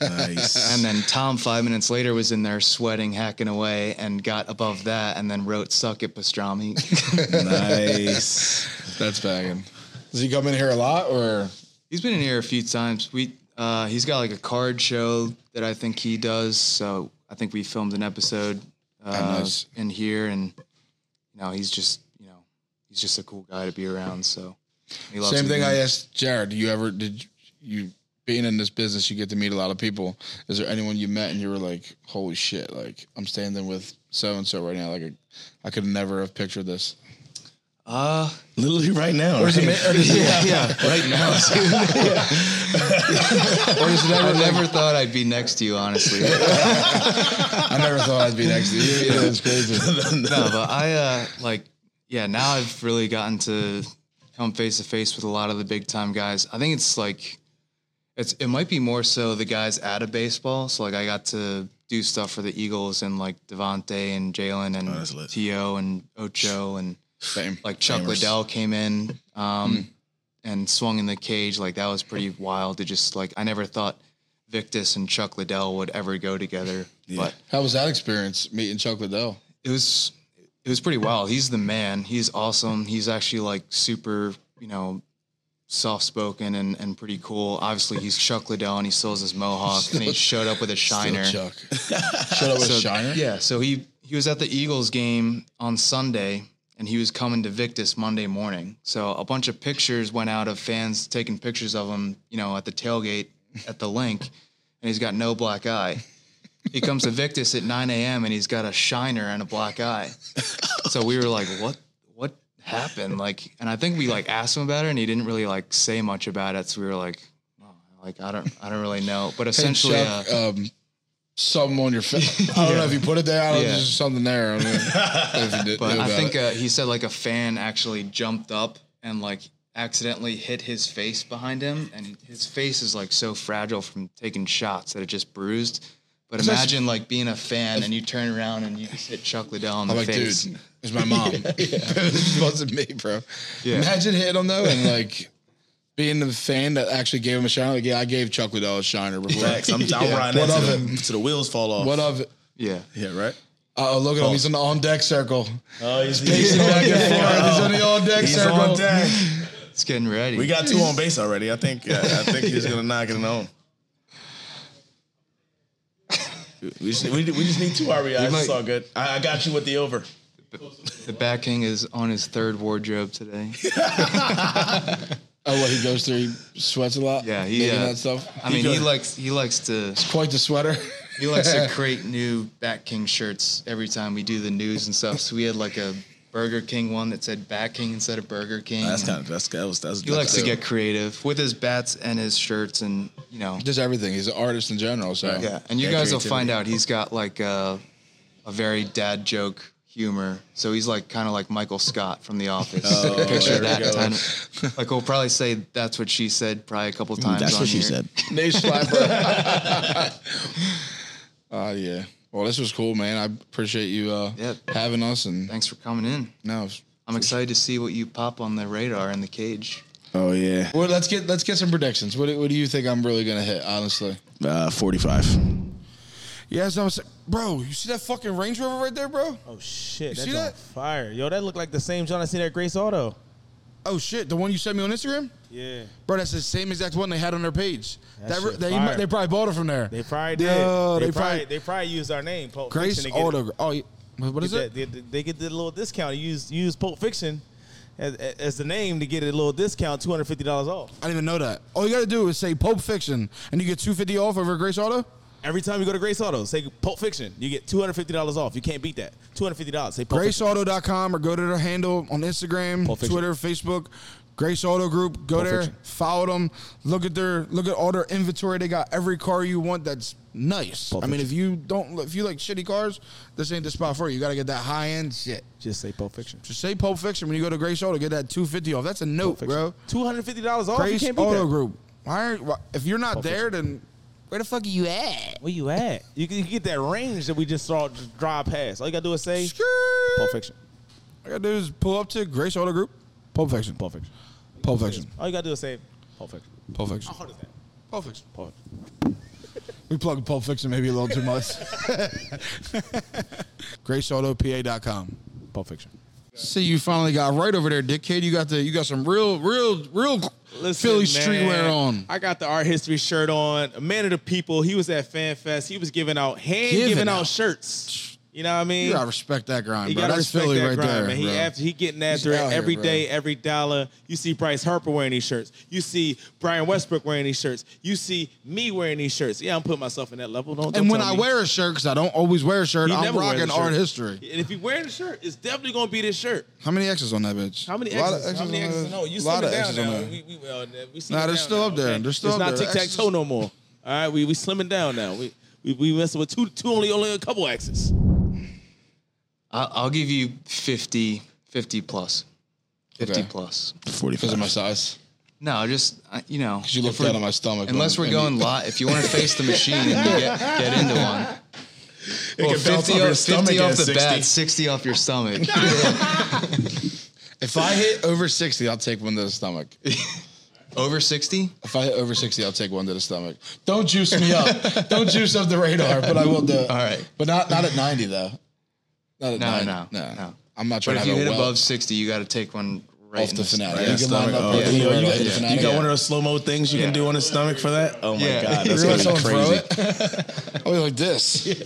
A: Nice.
G: And then Tom, five minutes later, was in there sweating, hacking away, and got above that, and then wrote "suck it, pastrami."
A: nice.
B: That's bagging. Does he come in here a lot or?
G: he's been in here a few times. We uh, he's got like a card show that I think he does. So I think we filmed an episode uh,
B: nice.
G: in here, and you know he's just you know he's just a cool guy to be around. So he loves
B: Same
G: it
B: thing
G: here.
B: I asked Jared. Do you ever did you being in this business? You get to meet a lot of people. Is there anyone you met and you were like, "Holy shit!" Like I'm standing with so and so right now. Like I could never have pictured this.
G: Uh,
A: Literally right now. Right?
G: yeah, yeah, right now. I never thought I'd be next to you, honestly.
B: I never thought I'd be next to you. Yeah, it's crazy.
G: no, but I uh, like, yeah. Now I've really gotten to come face to face with a lot of the big time guys. I think it's like, it's it might be more so the guys out of baseball. So like, I got to do stuff for the Eagles and like Devontae and Jalen and
A: that's lit.
G: To and Ocho and
B: Same.
G: like Chuck Liddell came in um, and swung in the cage. Like that was pretty wild to just like I never thought Victus and Chuck Liddell would ever go together, but
B: How was that experience meeting Chuck Liddell?
G: it was it was pretty wild. He's the man. He's awesome. He's actually like super, you know, soft spoken and, and pretty cool. Obviously, he's Chuck Liddell and he still has his mohawk and he showed up with a shiner.
B: Still Chuck. Shut up with
G: So,
B: Shiner.
G: Yeah, so he he was at the Eagles game on Sunday and he was coming to Victus Monday morning. So a bunch of pictures went out of fans taking pictures of him, you know, at the tailgate at the link, and he's got no black eye. He comes to Victus at 9 a.m. and he's got a shiner and a black eye. So we were like, what what happened? Like, and I think we like asked him about it and he didn't really like say much about it. So we were like, oh, like I don't I don't really know. But
B: Hey,
G: essentially uh,
B: Chuck, um, something on your face. I don't know if you put it there. I don't know.
G: Yeah.
B: There's something there. I don't know if you did-
G: But
B: knew
G: I
B: about
G: think
B: it.
G: uh, he said like a fan actually jumped up and like accidentally hit his face behind him, and his face is like so fragile from taking shots that it just bruised. But imagine like being a fan and you turn around and you just hit Chuck Liddell in the
B: I'm like,
G: face.
B: dude, it's my mom. it wasn't me, bro. Imagine hitting him though, and like being the fan that actually gave him a shiner. Like, yeah, I gave Chuck Liddell a shiner before.
A: Facts. I'm, I'm riding
B: What
A: that
B: of
A: to the, to the wheels fall off.
B: What of it?
G: Yeah,
A: Yeah, right?
B: Oh, look at him. He's in the on deck circle.
I: Oh, he's,
B: He's
I: he's,
B: back and forth. He's in the on deck
A: He's
B: circle.
A: on deck.
G: It's getting ready.
A: We got two on base already. I think I, I think he's gonna knock it in home. We just, we, we just need two RBIs.
G: You might-
A: It's all good. I, I got you with the over.
G: the backing is on his third wardrobe today.
J: Oh, what he goes through, he sweats a lot.
G: Yeah, he,
J: making
G: uh,
J: that stuff.
G: I mean, he
A: goes-
G: likes he likes to
J: Quite the sweater.
G: he likes to create new Bat King shirts every time we do the news and stuff. So we had like a Burger King one that said Bat King instead of Burger King.
A: That's kind of that's that was that's.
G: he likes to get creative with his bats and his shirts and you know
J: Just everything. He's an artist in general. So
G: Yeah, and you guys will find out he's got like a, a very dad joke humor. So he's like kind of like Michael Scott from The Office. Picture
A: Oh, there we
G: that
A: go.
G: kind of like we'll probably say that's what she said probably a couple
A: Mm,
G: times. on here.
J: Nate Slapper. uh, yeah. Well, this was cool, man. I appreciate you uh,
G: Yep.
J: having us. And
G: Thanks for coming in.
J: no, it's-
G: I'm excited to see what you pop on the radar in the cage.
A: Oh yeah,
J: well, let's get let's get some predictions. What, do- what do you think I'm really gonna hit? Honestly,
A: uh, forty-five.
F: Yeah, so I was like, bro, you see that fucking Range Rover right there, bro?
C: Oh shit,
F: see
C: that's on
F: that?
C: fire. Yo, that looked like the same John I seen at Grace Auto.
F: Oh shit, the one you sent me on Instagram,
C: Yeah.
F: bro. That's the same exact one they had on their page.
C: That
F: That, re-
C: shit
F: they,
C: fire.
F: they probably bought it from there.
C: They probably did.
F: Yo,
C: they, probably,
F: they probably-
C: they probably used our name, Pulp
F: Grace
C: Fiction. to get-
F: Auto. Oh, yeah. Wait, what is
C: get
F: it?
C: that- They, they get the little discount. Use use Pulp Fiction as, as the name to get a little discount, two hundred fifty dollars off.
F: I didn't even know that. All you gotta do is say Pulp Fiction, and you get two fifty off over Grace Auto.
C: Every time you go to Grace Auto, say Pulp Fiction. You get two hundred fifty dollars off. You can't beat that. Two hundred fifty dollars. Say Pulp Fiction.
F: GraceAuto.com or go to their handle on Instagram,
C: Pulp Fiction.
F: Twitter, Facebook. Grace Auto Group. Go
C: Pulp
F: there,
C: Fiction.
F: follow them. Look at their look at all their inventory. They got every car you want. That's nice.
C: Pulp
F: I mean, if
C: Fiction.
F: you don't, if you like shitty cars, this ain't the spot for you. You gotta get that high end shit.
C: Just say Pulp Fiction.
F: Just say Pulp Fiction when you go to Grace Auto. Get that two fifty off. That's a note, bro.
C: Two hundred fifty dollars off. you
F: Grace
C: can't beat
F: Auto
C: that.
F: Group. Why aren't? why- If you're not there, then where the fuck are you at?
C: Where you at? You can, you can get that range that we just saw just drive past. All you gotta do is say Pulp Fiction.
F: I gotta do is pull up to Grace Auto Group. Pulp Fiction. Pulp Fiction. Pulp Fiction.
C: All you gotta do is say Pulp Fiction.
F: Pulp Fiction.
C: How hard is that?
F: Pulp Fiction.
C: Pulp.
F: We plug Pulp Fiction maybe a little too much. GraceAutoPA.com.
C: Pulp Fiction.
F: See, you finally got right over there, dickhead. You got the you got some real, real, real Philly streetwear on.
C: I got the art history shirt on. A man of the people. He was at Fan Fest. He was giving out hand giving,
F: Giving
C: out.
F: out.
C: shirts. You know what I mean?
F: You gotta respect that grind,
C: You
F: bro.
C: gotta
F: That's
C: respect
F: Philly
C: that
F: right
C: grind,
F: there,
C: man. He
F: bro.
C: after he getting after
F: out
C: it
F: here,
C: every
F: bro.
C: day, every dollar. You see Bryce Harper wearing these shirts. You see Brian Westbrook wearing these shirts. You see me wearing these shirts. Yeah, I'm putting myself in that level. Don't. don't
F: and when
C: tell
F: I
C: me.
F: wear a shirt, because I don't always wear a shirt,
C: He
F: I'm
C: never wears a
F: rocking
C: shirt.
F: art history.
C: and if you're wearing the shirt, it's definitely gonna be this shirt.
F: How many X's on that bitch?
C: How many
F: A lot of
C: X's? How many
F: on
C: X's?
F: that-
C: No, you
F: a
C: slim
F: lot
C: it
F: of
C: down
F: X's on
C: now.
F: that.
C: We, we, well, we slim
F: Nah,
C: it
F: they're
C: down
F: still
C: now,
F: up there.
C: okay?
F: They're still
C: It's
F: up
C: not
F: there.
C: tic tac toe no more. All right, we we slimming down now. We we we messing with two two only only a couple axes.
G: I- I'll give you 50, 50 plus, 50 plus.
J: because of my size.
G: No, just uh, you know.
J: You look
G: if we're-
J: down on my stomach.
G: Unless
J: when-
G: we're
J: and
G: going
J: you-
G: lot, if you want to face the machine and you get, get into one, well,
A: can bounce off your stomach
G: off
A: at
G: the
A: 60.
G: bat, sixty off your stomach.
J: If I hit over sixty, I'll take one to the stomach.
G: Over sixty,
J: If I hit over sixty, I'll take one to the stomach. Don't juice me up. Don't juice up the radar, but I will do it.
G: All right.
J: but not not at ninety though. Not at
G: No,
J: 90.
G: no,
J: no,
G: no.
J: I'm not trying
G: but if
J: to
G: you
J: have
G: hit
J: a well
G: above sixty, you got to take one right
J: off
G: in
J: the
G: stomach.
J: finale.
A: Yeah,
J: you can line
A: stomach.
J: up
A: Oh,
J: with
A: yeah.
J: the
A: Yo,
J: right
A: you
J: off
A: got-
J: the
A: you
J: finale.
A: got one of those slow mo things you can
G: Yeah.
A: do on his stomach for that? Oh my
G: Yeah.
A: god,
J: You
A: that's
J: realize
A: gonna be
J: someone throw
A: crazy.
J: it? oh, you're like this.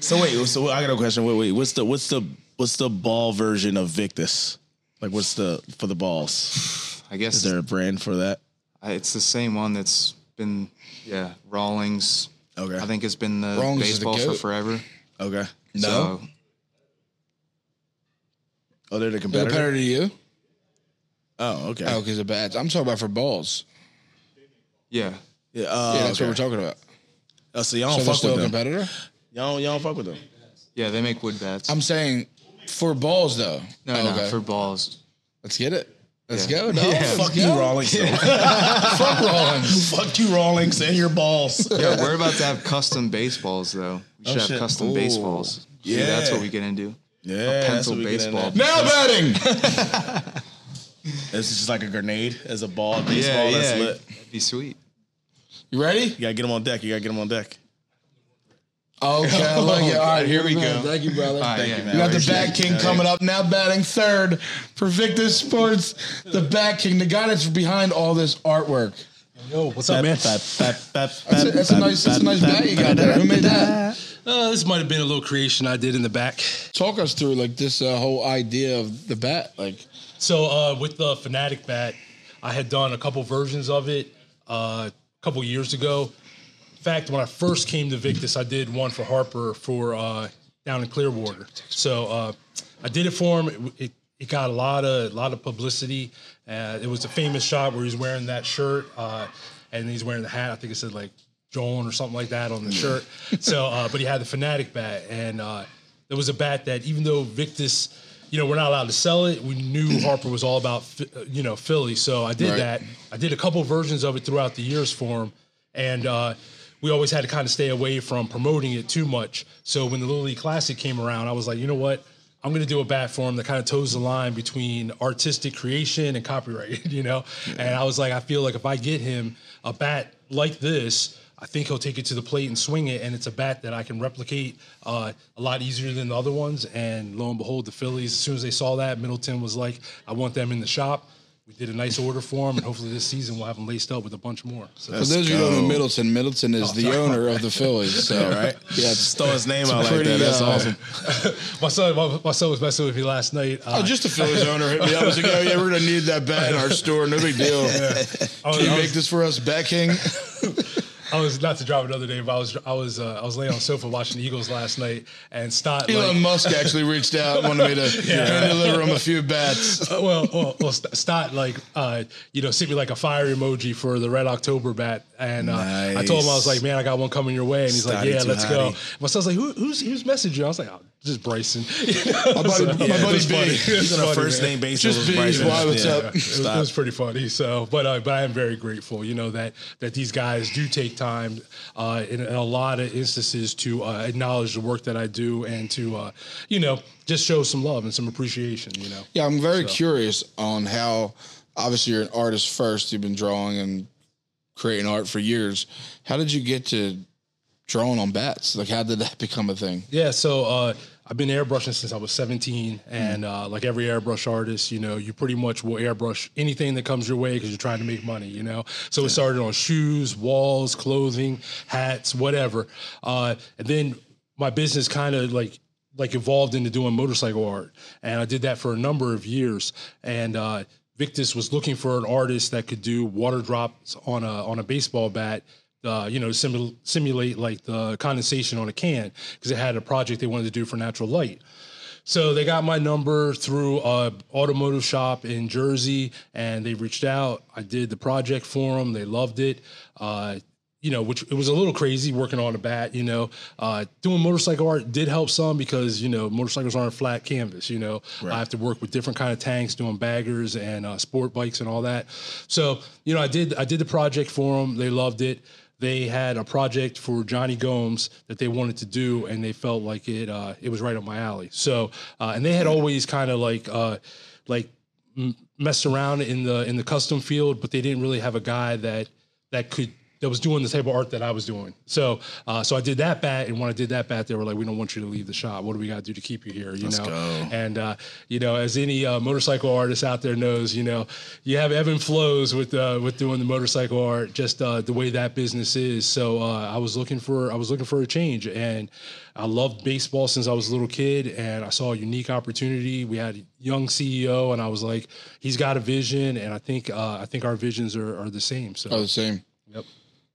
A: So wait, so I got a question. Wait, wait, what's the what's the what's the ball version of Victus? Like, what's the for the balls?
G: I guess
A: Is there a brand for that?
G: I- it's the same one that's been, yeah, Rawlings.
A: Okay.
G: I think it's been the
J: Rawlings is the
G: baseball for
J: goat.
G: forever.
A: Okay.
G: So,
A: Oh, they're the
J: They're
A: competitor.
J: Compared to you?
A: Oh, okay.
J: Oh, because of bats. I'm talking about for balls.
G: yeah,
A: Yeah, uh,
J: Yeah, that's
A: okay.
J: what we're talking about.
A: Oh, so y'all
J: So
A: don't
J: they're
A: fuck
J: still a
A: with them.
J: competitor.
A: Y'all, don't- y'all don't fuck with them.
G: yeah, they make wood bats.
J: I'm saying for balls though.
G: no,
J: Oh,
G: no,
J: okay.
G: for balls.
J: Let's get it. Let's
G: Yeah.
J: go. dog. Let's
A: Fuck
J: go.
A: you, Rawlings. fuck Rawlings. Fuck you, Rawlings, and your balls.
G: Yeah, we're about to have custom baseballs though. We should have
A: Oh, shit.
G: custom
A: Ooh.
G: baseballs. Yeah, that's
A: Yeah.
G: what we get into.
A: Yeah, that's
G: Pencil
A: what we get in
G: baseball.
A: there.
J: Now batting.
A: It's just like a grenade as a ball baseball.
G: Yeah, yeah,
A: That's lit.
G: that'd be sweet.
J: You ready?
A: You gotta get him on deck. You gotta get him on deck.
J: Okay, I like it. All right, here we go. Thank you, brother.
G: right,
J: Thank
G: yeah,
J: you,
G: man.
J: man. We got the
A: Appreciate
J: Bat
A: it.
J: King
A: Thanks.
J: coming up now, batting third for Victus Sports. The Bat King, the guy that's behind all this artwork.
B: Yo, what's up, man?
J: That's a, that's a nice, that's a nice bat you got there. Who made that?
B: Uh, this might have been a little creation I did in the back.
J: Talk us through like this uh, whole idea of the bat. Like,
B: So uh, with the Fanatic Bat, I had done a couple versions of it uh, a couple years ago. In fact, when I first came to Victus, I did one for Harper for uh, down in Clearwater. So uh, I did it for him. It, it, it got a lot of lot of publicity. Uh, it was a famous shot where he's wearing that shirt uh, and he's wearing the hat. I think it said like Joan or something like that on the shirt. So, uh, but he had the Fanatic bat, and uh, there was a bat that even though Victus, you know, we're not allowed to sell it. We knew Harper was all about, Phi- uh, you know, Philly. So I did that. I did a couple versions of it throughout the years for him, and uh, we always had to kind of stay away from promoting it too much. So when the Little League Classic came around, I was like, you know what? I'm going to do a bat form that kind of toes the line between artistic creation and copyright, you know? And I was like, I feel like if I get him a bat like this, I think he'll take it to the plate and swing it. And it's a bat that I can replicate uh, a lot easier than the other ones. And lo and behold, the Phillies, as soon as they saw that, Middleton was like, I want them in the shop. We did a nice order for him. And hopefully this season we'll have them laced up with a bunch more. So
J: for those of you who don't know Middleton, Middleton
F: Oh,
J: is the owner of the Phillies. So,
A: right?
J: Yeah,
A: Just throw his name out like
J: pretty,
A: that. That's
J: uh,
A: awesome.
B: my son, my, my son was messing with me last night. Uh,
J: Oh, just the Phillies owner hit me up. I was like, oh, yeah, we're going to need that bat in our store. No big deal.
B: I was-
J: Can you
B: I was-
J: make this for us, Bat King?
B: I was not to drop another name, but I was I was uh, I was laying on the sofa watching the Eagles last night, and Stott
J: Elon
B: like,
J: Musk actually reached out and wanted me to hand deliver him a few bats.
B: uh, well, well, well, St- Stott like uh, you know sent me like a fire emoji for the Red October bat, and uh, I told him I was
A: Nice.
B: like, man, I got one coming your way, and he's like,
A: Stotty
B: yeah,
A: too
B: let's go.
A: hotty.
B: My son's like, Who, who's who's messaging? you? I was like, oh, just Bryson. You know,
J: My buddy,
B: so-
J: my
B: it
J: buddy
B: was
J: B.
B: funny. It was
A: He's on a
B: funny,
A: first
B: man.
A: name basis.
J: Just
A: with
J: bees,
A: Bryson.
J: why, what's
A: Yeah.
J: up?
B: It was, it was pretty funny. So, but uh, but I am very grateful, you know, that that these guys do take time uh, in, in a lot of instances to uh, acknowledge the work that I do and to, uh, you know, just show some love and some appreciation. You know,
J: Yeah, I'm very curious on how, obviously, you're an artist first. You've been drawing and creating art for years. How did you get to drawing on bats? Like, how did that become a thing?
B: yeah. So uh, I've been airbrushing since I was 17, and uh, like every airbrush artist, you know, you pretty much will airbrush anything that comes your way because you're trying to make money. You know, so it started on shoes, walls, clothing, hats, whatever, uh, and then my business kind of like like evolved into doing motorcycle art and i did that for a number of years and uh, victus was looking for an artist that could do water drops on a on a baseball bat uh, you know simul- simulate like the condensation on a can because it had a project they wanted to do for natural light so they got my number through a automotive shop in Jersey, and they reached out. I did the project for them. They loved it. Uh, you know, which it was a little crazy working on a bat. You know, uh, doing motorcycle art did help some because you know motorcycles aren't flat canvas. You know, I have to work with different kind of tanks, doing baggers and uh, sport bikes and all that. So you know, I did I did the project for them. They loved it they had a project for Johnny Gomes that they wanted to do, and they felt like it uh, it was right up my alley. So, uh, and they had always kind of like uh, like m- messed around in the in the custom field, but they didn't really have a guy that that could that was doing the type of art that I was doing. So, uh, so I did that bat, and when I did that bat, they were like, "We don't want you to leave the shop. What do we got to do to keep you here?" You know. And uh, you know, as any uh, motorcycle artist out there knows, you know, you have ebb and flows with uh, with doing the motorcycle art, just uh, the way that business is. So uh, I was looking for I was looking for a change, and I loved baseball since I was a little kid, and I saw a unique opportunity. We had a young CEO, and I was like, "He's got a vision," and I think uh, I think our visions are, are the same. So.
J: Oh, the same.
B: Yep.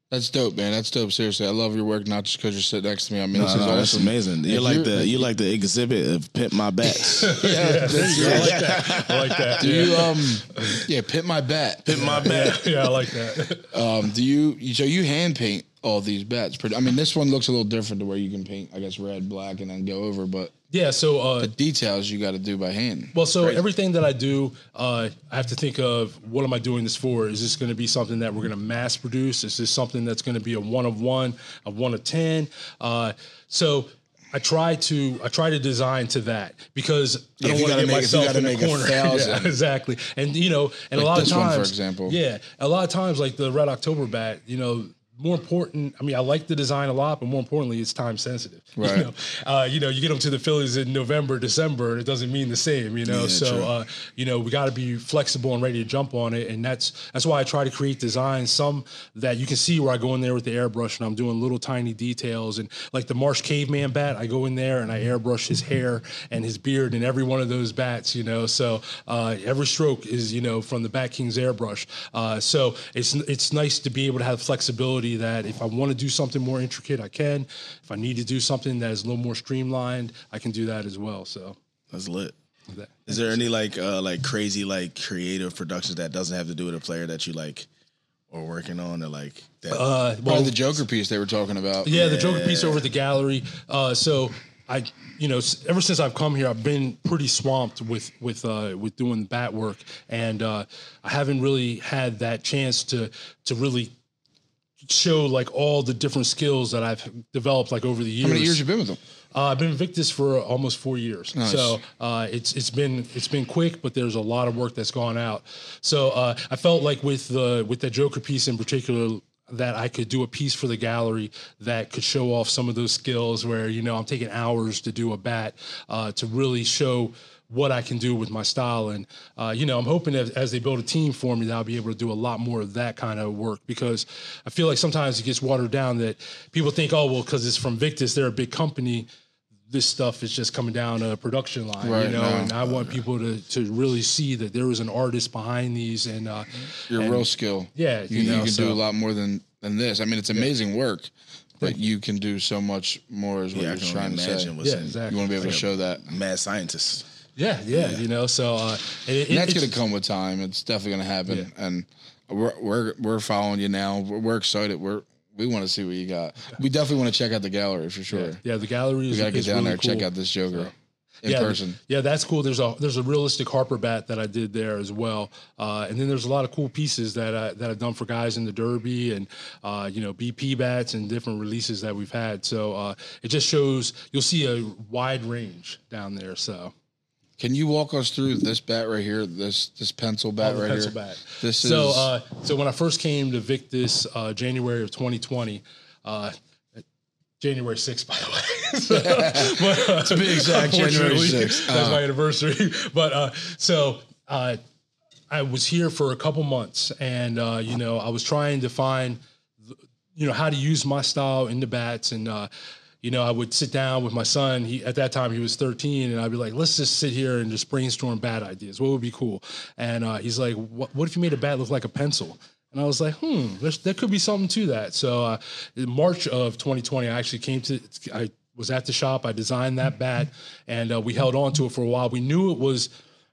J: That's dope, man. That's dope. Seriously, I love your work, not just because you're sitting next to me. I
A: No,
J: mean, this
A: no,
J: is
A: That's
J: awesome.
A: amazing. You're like
J: you're-
A: the you like the exhibit of pimp my bats.
B: I like that. I like that.
J: Do you, um, yeah, pit my bat. Pit
A: my bat.
B: Yeah, I like that.
J: Um, do you, so you hand paint all these bats pretty, I mean, this one looks a little different to where you can paint, I guess, red, black, and then go over, but
B: Yeah, so uh,
J: the details you got to do by hand.
B: well, so everything that I do, uh, I have to think of what am I doing this for? Is this going to be something that we're going to mass produce? Is this something that's going to be a one of one, a one of ten? Uh, so I try to I try to design to that because I
J: if
B: don't
J: you
B: want
J: gotta
B: to get
J: make- if you
B: myself
J: gotta
B: in a
J: make a
B: corner.
J: thousand.
B: Yeah, exactly, and you know, and a lot
J: this
B: of
J: one,
B: times,
J: for example.
B: yeah, a lot of times like the Red October bat, you know. more important, I mean, I like the design a lot, but more importantly, it's time sensitive.
J: Right.
B: You know, uh, you know, you get them to the Phillies in November, December, and it doesn't mean the same. You know,
A: Yeah,
B: so
A: true.
B: uh, you know we got to be flexible and ready to jump on it, and that's that's why I try to create designs some that you can see where I go in there with the airbrush and I'm doing little tiny details, and like the Marsh Caveman bat, I go in there and I airbrush his hair and his beard and every one of those bats. You know, so uh, every stroke is you know from the Bat King's airbrush. Uh, so it's it's nice to be able to have flexibility that if I want to do something more intricate, I can. If I need to do something that is a little more streamlined, I can do that as well. So.
A: That's lit.
B: that-
A: Is there any like uh like crazy like creative productions that doesn't have to do with a player that you like or working on or like that
B: Uh,
J: Probably the Joker piece they were talking about.
B: Yeah, the Joker piece over at the gallery. Uh, so I, you know, s- ever since I've come here, I've been pretty swamped with with uh, with doing bat work, and uh, I haven't really had that chance to to really show like all the different skills that I've developed like over the years.
J: How many years you been with them?
B: Uh, I've been Victus for almost four years,
J: Nice.
B: so uh, it's it's been it's been quick, but there's a lot of work that's gone out. So uh, I felt like with the with that Joker piece in particular that I could do a piece for the gallery that could show off some of those skills where you know I'm taking hours to do a bat uh, to really show what I can do with my style and uh, you know I'm hoping that as they build a team for me that I'll be able to do a lot more of that kind of work because I feel like sometimes it gets watered down that people think oh well because it's from Victus they're a big company this stuff is just coming down a production line,
J: Right,
B: you know.
J: no.
B: And I want people to to really see that there is an artist behind these, and uh,
J: Your
B: and-
J: real skill.
B: Yeah,
J: you,
B: you
J: you
B: know,
J: can do
B: so-
J: a lot more than than this. I mean, it's amazing work, but you can do so much more. Is what
A: yeah, I
J: you're
A: can
J: trying
A: only
J: to say.
A: imagine what's
B: Yeah,
A: in
B: exactly.
J: You want to be able to show that.
A: mad scientist.
B: yeah, yeah, you know. So uh, and it,
J: And that's
B: it's-
J: going to come with time. It's definitely going to happen. And we're, we're we're following you now. We're, we're excited. We're we want to see what you got. We definitely want to check out the gallery for sure.
B: Yeah, the gallery
J: We
B: is,
J: got to get
B: is
J: down
B: really
J: there and
B: cool.
J: check out this Joker in
B: yeah,
J: person.
B: Yeah, that's cool. There's a there's a realistic Harper bat that I did there as well, uh, and then there's a lot of cool pieces that I, that I've done for guys in the Derby and uh, you know BP bats and different releases that we've had. So uh, it just shows you'll see a wide range down there. So
J: Can you walk us through this bat right here? This this pencil bat
B: Oh, the
J: right
B: pencil
J: here.
B: bat.
J: This
B: so,
J: is
B: uh, so when I first came to Victus, uh, January of 2020, uh, January 6th, by the way. so, but, to
J: be exact, January 6th.
B: That's
J: Uh.
B: my anniversary. But uh, so uh, I was here for a couple months, and uh, you know, I was trying to find you know how to use my style in the bats and uh you know i would sit down with my son he at that time he was 13 and i'd be like let's just sit here and just brainstorm bat ideas what would be cool and uh, he's like what, what if you made a bat look like a pencil and i was like hmm there's, there could be something to that so uh, in march of 2020 i actually came to i was at the shop i designed that bat and uh, we held on to it for a while we knew it was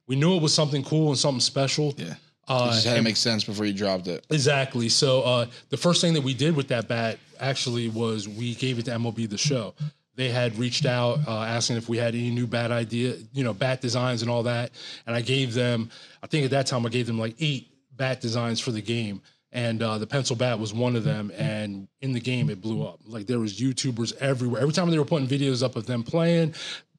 B: we knew it was something cool and something special yeah uh,
J: just had to make sense before you dropped it.
B: Exactly. So uh, the first thing that we did with that bat actually was we gave it to MLB the show. They had reached out uh, asking if we had any new bat idea, you know, bat designs and all that. And I gave them, I think at that time I gave them like eight bat designs for the game. And uh, the pencil bat was one of them. And in the game, it blew up. Like there was YouTubers everywhere. Every time they were putting videos up of them playing,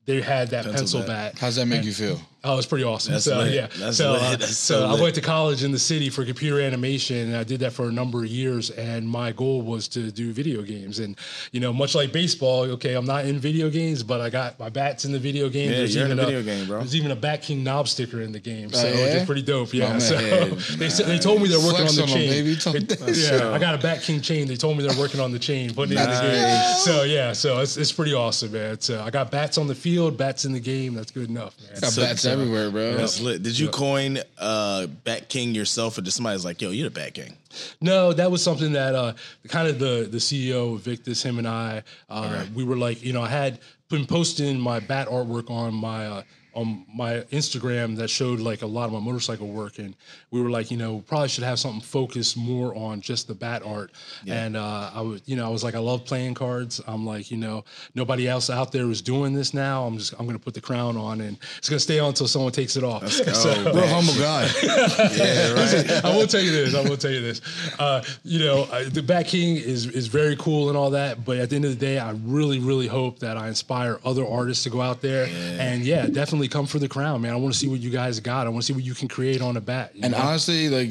B: they had that pencil, bat.
J: How's that make you feel?
B: Oh, it's pretty awesome.
A: That's
B: so
A: lit.
B: yeah,
A: That's
B: so,
A: lit.
B: uh,
A: That's
B: so,
A: so
B: I
A: lit.
B: went to college in the city for computer animation, and I did that for a number of years. And my goal was to do video games, and you know, much like baseball, okay, I'm not in video games, but I got my bats in the video game.
A: Yeah, you're in a video game, bro. Oh,
B: There's even a Bat King knob sticker in the game, so
J: yeah?
B: which is pretty dope. Yeah,
J: My
B: so
J: man.
B: they said they told me they're working on
J: Flex
B: the
J: on 'em,
B: chain.
J: baby. Tell 'em
B: It-
J: that
B: yeah, I got a Bat King chain. They told me they're working on the chain, putting it in the game. So yeah, so it's, it's pretty awesome, man. It's, uh, I got bats on the field, bats in the game. That's good enough, man.
J: Got bats everywhere, bro.
A: That's lit. Did you coin uh Bat King yourself or did somebody's like, yo, you're the Bat King?
B: No, that was something that uh, kind of the the CEO of Victus, him and I, uh, we were like, you know, I had been posting my bat artwork on my uh, on my Instagram that showed like a lot of my motorcycle work, and we were like, you know, probably should have something focused more on just the bat art. And uh, I was, you know, I was like, I love playing cards. I'm like, you know, nobody else out there is doing this now. I'm just, I'm gonna put the crown on, and it's gonna stay on until someone takes it off. So-
J: Real humble guy.
B: I will tell you this. I will tell you this. Uh, you know, uh, the Bat King is is very cool and all that, but at the end of the day, I really, really hope that I inspire other artists to go out there and yeah, definitely come for the crown, man. I want to see what you guys got. I want to see what you can create on a bat. you
J: And
B: know?
J: honestly, like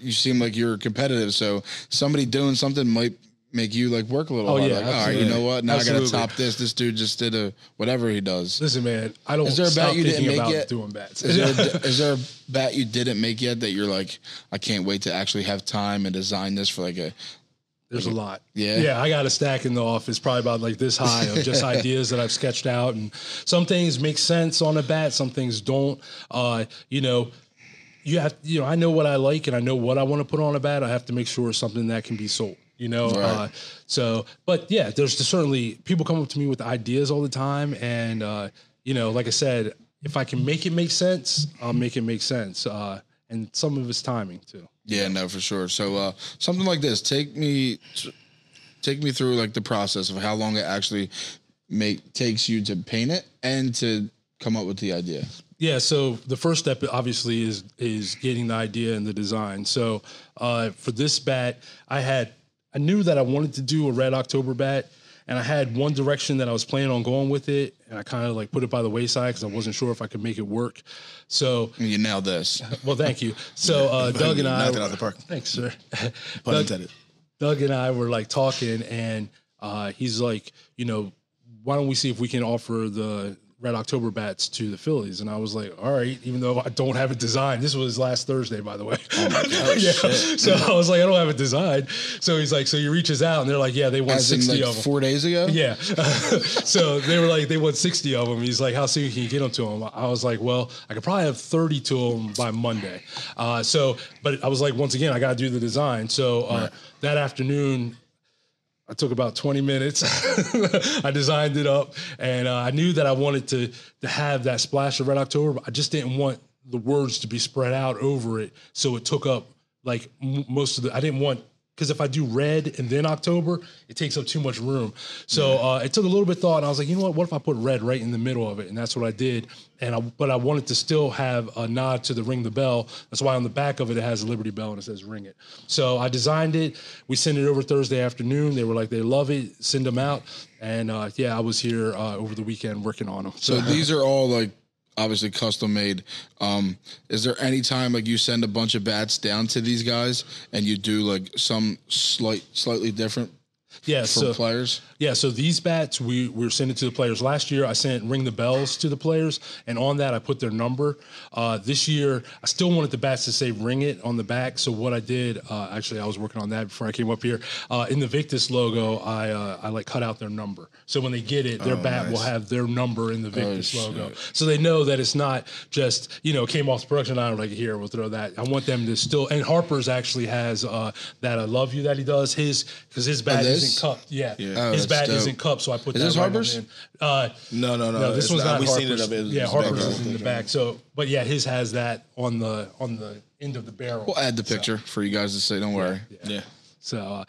J: you seem like you're competitive. So somebody doing something might make you like work a little.
B: Oh,
J: harder.
B: yeah,
J: Like, all right, you
B: absolutely.
J: know what? Now I
B: Absolutely.
J: gotta top this. This dude just did a whatever he does.
B: Listen, man, I don't
J: Is there a
B: stop
J: bet you didn't
B: thinking
J: make
B: about
J: yet?
B: doing bets.
J: Is there, a, is there a bat you didn't make yet that you're like, I can't wait to actually have time and design this for like a
B: There's a lot.
J: Yeah.
B: Yeah, I got a stack in the office, probably about like this high of just ideas that I've sketched out. And some things make sense on a bat, some things don't. Uh, you know, you have, you know, I know what I like and I know what I want to put on a bat. I have to make sure it's something that can be sold, you know? Uh, so, but yeah, there's certainly people come up to me with ideas all the time. And, uh, you know, like I said, if I can make it make sense, I'll make it make sense. Uh, and some of it's timing too.
J: Yeah, no, for sure. So uh, something like this, take me, take me through like the process of how long it actually make takes you to paint it and to come up with the idea.
B: Yeah, so the first step obviously is is getting the idea and the design. So uh, for this bat, I had I knew that I wanted to do a red October bat, and I had one direction that I was planning on going with it, and I kind of like put it by the wayside because I wasn't sure if I could make it work. So,
J: You nailed this.
B: well, thank you. So uh, Doug and I,
A: knocked it out the park.
B: thanks, sir.
A: Pun
B: Doug-
A: intended.
B: Doug and I were like talking, and uh, he's like, you know, why don't we see if we can offer the Red October bats to the Phillies? And I was like, all right, even though I don't have a design. This was last Thursday, by the way.
J: Oh
B: yeah. So I was like, I don't have a design. So he's like, so he reaches out, and they're like, yeah, they want
J: As in
B: sixty
J: like
B: of them.
J: four days ago.
B: Yeah. so they were like, they want 60 of them. He's like, how soon can you get them to him? I was like, well, I could probably have 30 to them by Monday. Uh, so, but I was like, once again, I got to do the design. So uh, that afternoon, I took about 20 minutes. I designed it up and uh, I knew that I wanted to, to have that splash of Red October, but I just didn't want the words to be spread out over it. So it took up like m- most of the, I didn't want, because if I do red and then October, it takes up too much room. So uh, it took a little bit of thought and I was like, you know what? What if I put red right in the middle of it? And that's what I did. And I, but I wanted to still have a nod to the ring the bell. That's why on the back of it, it has a Liberty Bell and it says ring it. So I designed it. We sent it over Thursday afternoon. They were like, they love it. Send them out. And uh, yeah, I was here uh, over the weekend working on them.
J: So these are all like obviously custom made. Um, is there any time like you send a bunch of bats down to these guys and you do like some slight, slightly different
B: yeah,
J: for
B: so
J: players?
B: Yeah, so these bats we we were sending to the players last year. I sent ring the bells to the players, and on that I put their number. Uh, this year, I still wanted the bats to say ring it on the back. So what I did, uh, actually, I was working on that before I came up here. Uh, in the Victus logo, I uh, I like cut out their number. So when they get it, their bat will have their number in the Victus logo, so they know that it's not just you know came off the production line like here we'll throw that. I want them to still and Harper's actually has uh, that I love you that he does his because his bat
J: this?
B: isn't cupped. Yeah,
J: Oh,
B: his
J: that's
B: bat
J: dope.
B: isn't cup, so I put
J: Is
B: that
J: this
B: right on
J: Harper's?
B: in. Uh,
A: No, no, no.
B: no, this
A: it's
B: one's not.
A: We've seen it
B: Harper's.
A: up. It was
B: yeah,
A: back
B: Harper's
A: up.
B: is in the back. So, but yeah, his has that on the on the end of the barrel.
J: We'll add the picture for you guys to say. Don't worry.
A: Yeah.
B: So, uh,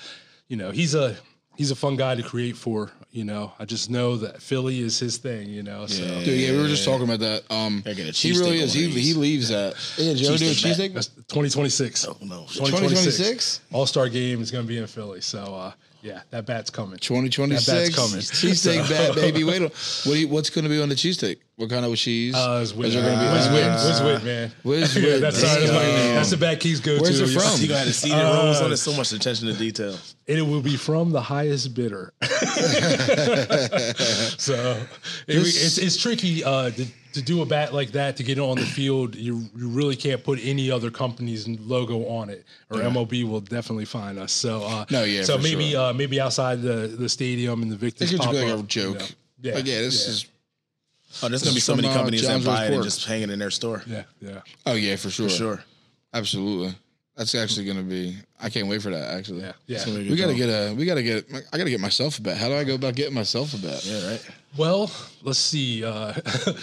B: you know, he's a he's a fun guy to create for. You know, I just know that Philly is his thing. You know, so
J: Dude, yeah, we were just talking about that. Um,
A: Gotta get a
J: he
A: cheesesteak
J: really
A: on
J: is.
A: one
J: He,
A: of these.
J: he leaves that. Yeah, Joe, do a
A: Cheesesteak
J: cheesesteak.
B: that's 2026.
A: Oh, no.
J: 2026?
B: All Star Game is going to be in Philly. So, uh, yeah, that bat's coming. That
J: 2026.
B: bat's coming.
J: Cheesesteak bat, baby. Wait, a- what do you, what's going to be on the cheesesteak? What kind of cheese?
B: Uh, it's Whiz,
J: Is there gonna be-
B: Whiz,
J: uh,
B: Whiz, Whiz, Whiz, man.
J: Whiz
B: yeah,
J: Whiz.
B: that's, that's, my,
J: Damn.
B: that's the bad keys go
J: Where's
B: to.
J: it
B: you know.
J: from?
A: You gotta see the rolls
B: Uh,
A: on it. So much attention to detail.
B: and it will be from the highest bidder. so it- it's, it's tricky uh, to, to do a bat like that to get it on the field. You you really can't put any other company's logo on it, or MLB will definitely find us. So uh,
J: No, yeah,
B: So
J: for
B: maybe
J: sure.
B: uh, maybe outside the, the stadium and the
J: It
B: Victus
J: could just
B: pop
J: be like
B: up,
J: a
B: you
J: joke.
B: know.
J: Yeah, like, yeah. This is.
A: Oh, there's gonna be
J: is
A: so many
J: from, uh,
A: companies that
J: Johnson's
A: buy it and
J: Pork.
A: just hang it in their store.
B: yeah, yeah.
J: Oh yeah, for sure.
A: Sure.
J: Absolutely. That's actually going to be. I can't wait for that. Actually.
B: Yeah, yeah.
J: It's gonna be a good We gotta get a. We gotta get. I gotta get myself a bet. How do I go about getting myself a bet? Yeah.
A: Right.
B: Well, let's see. Uh, the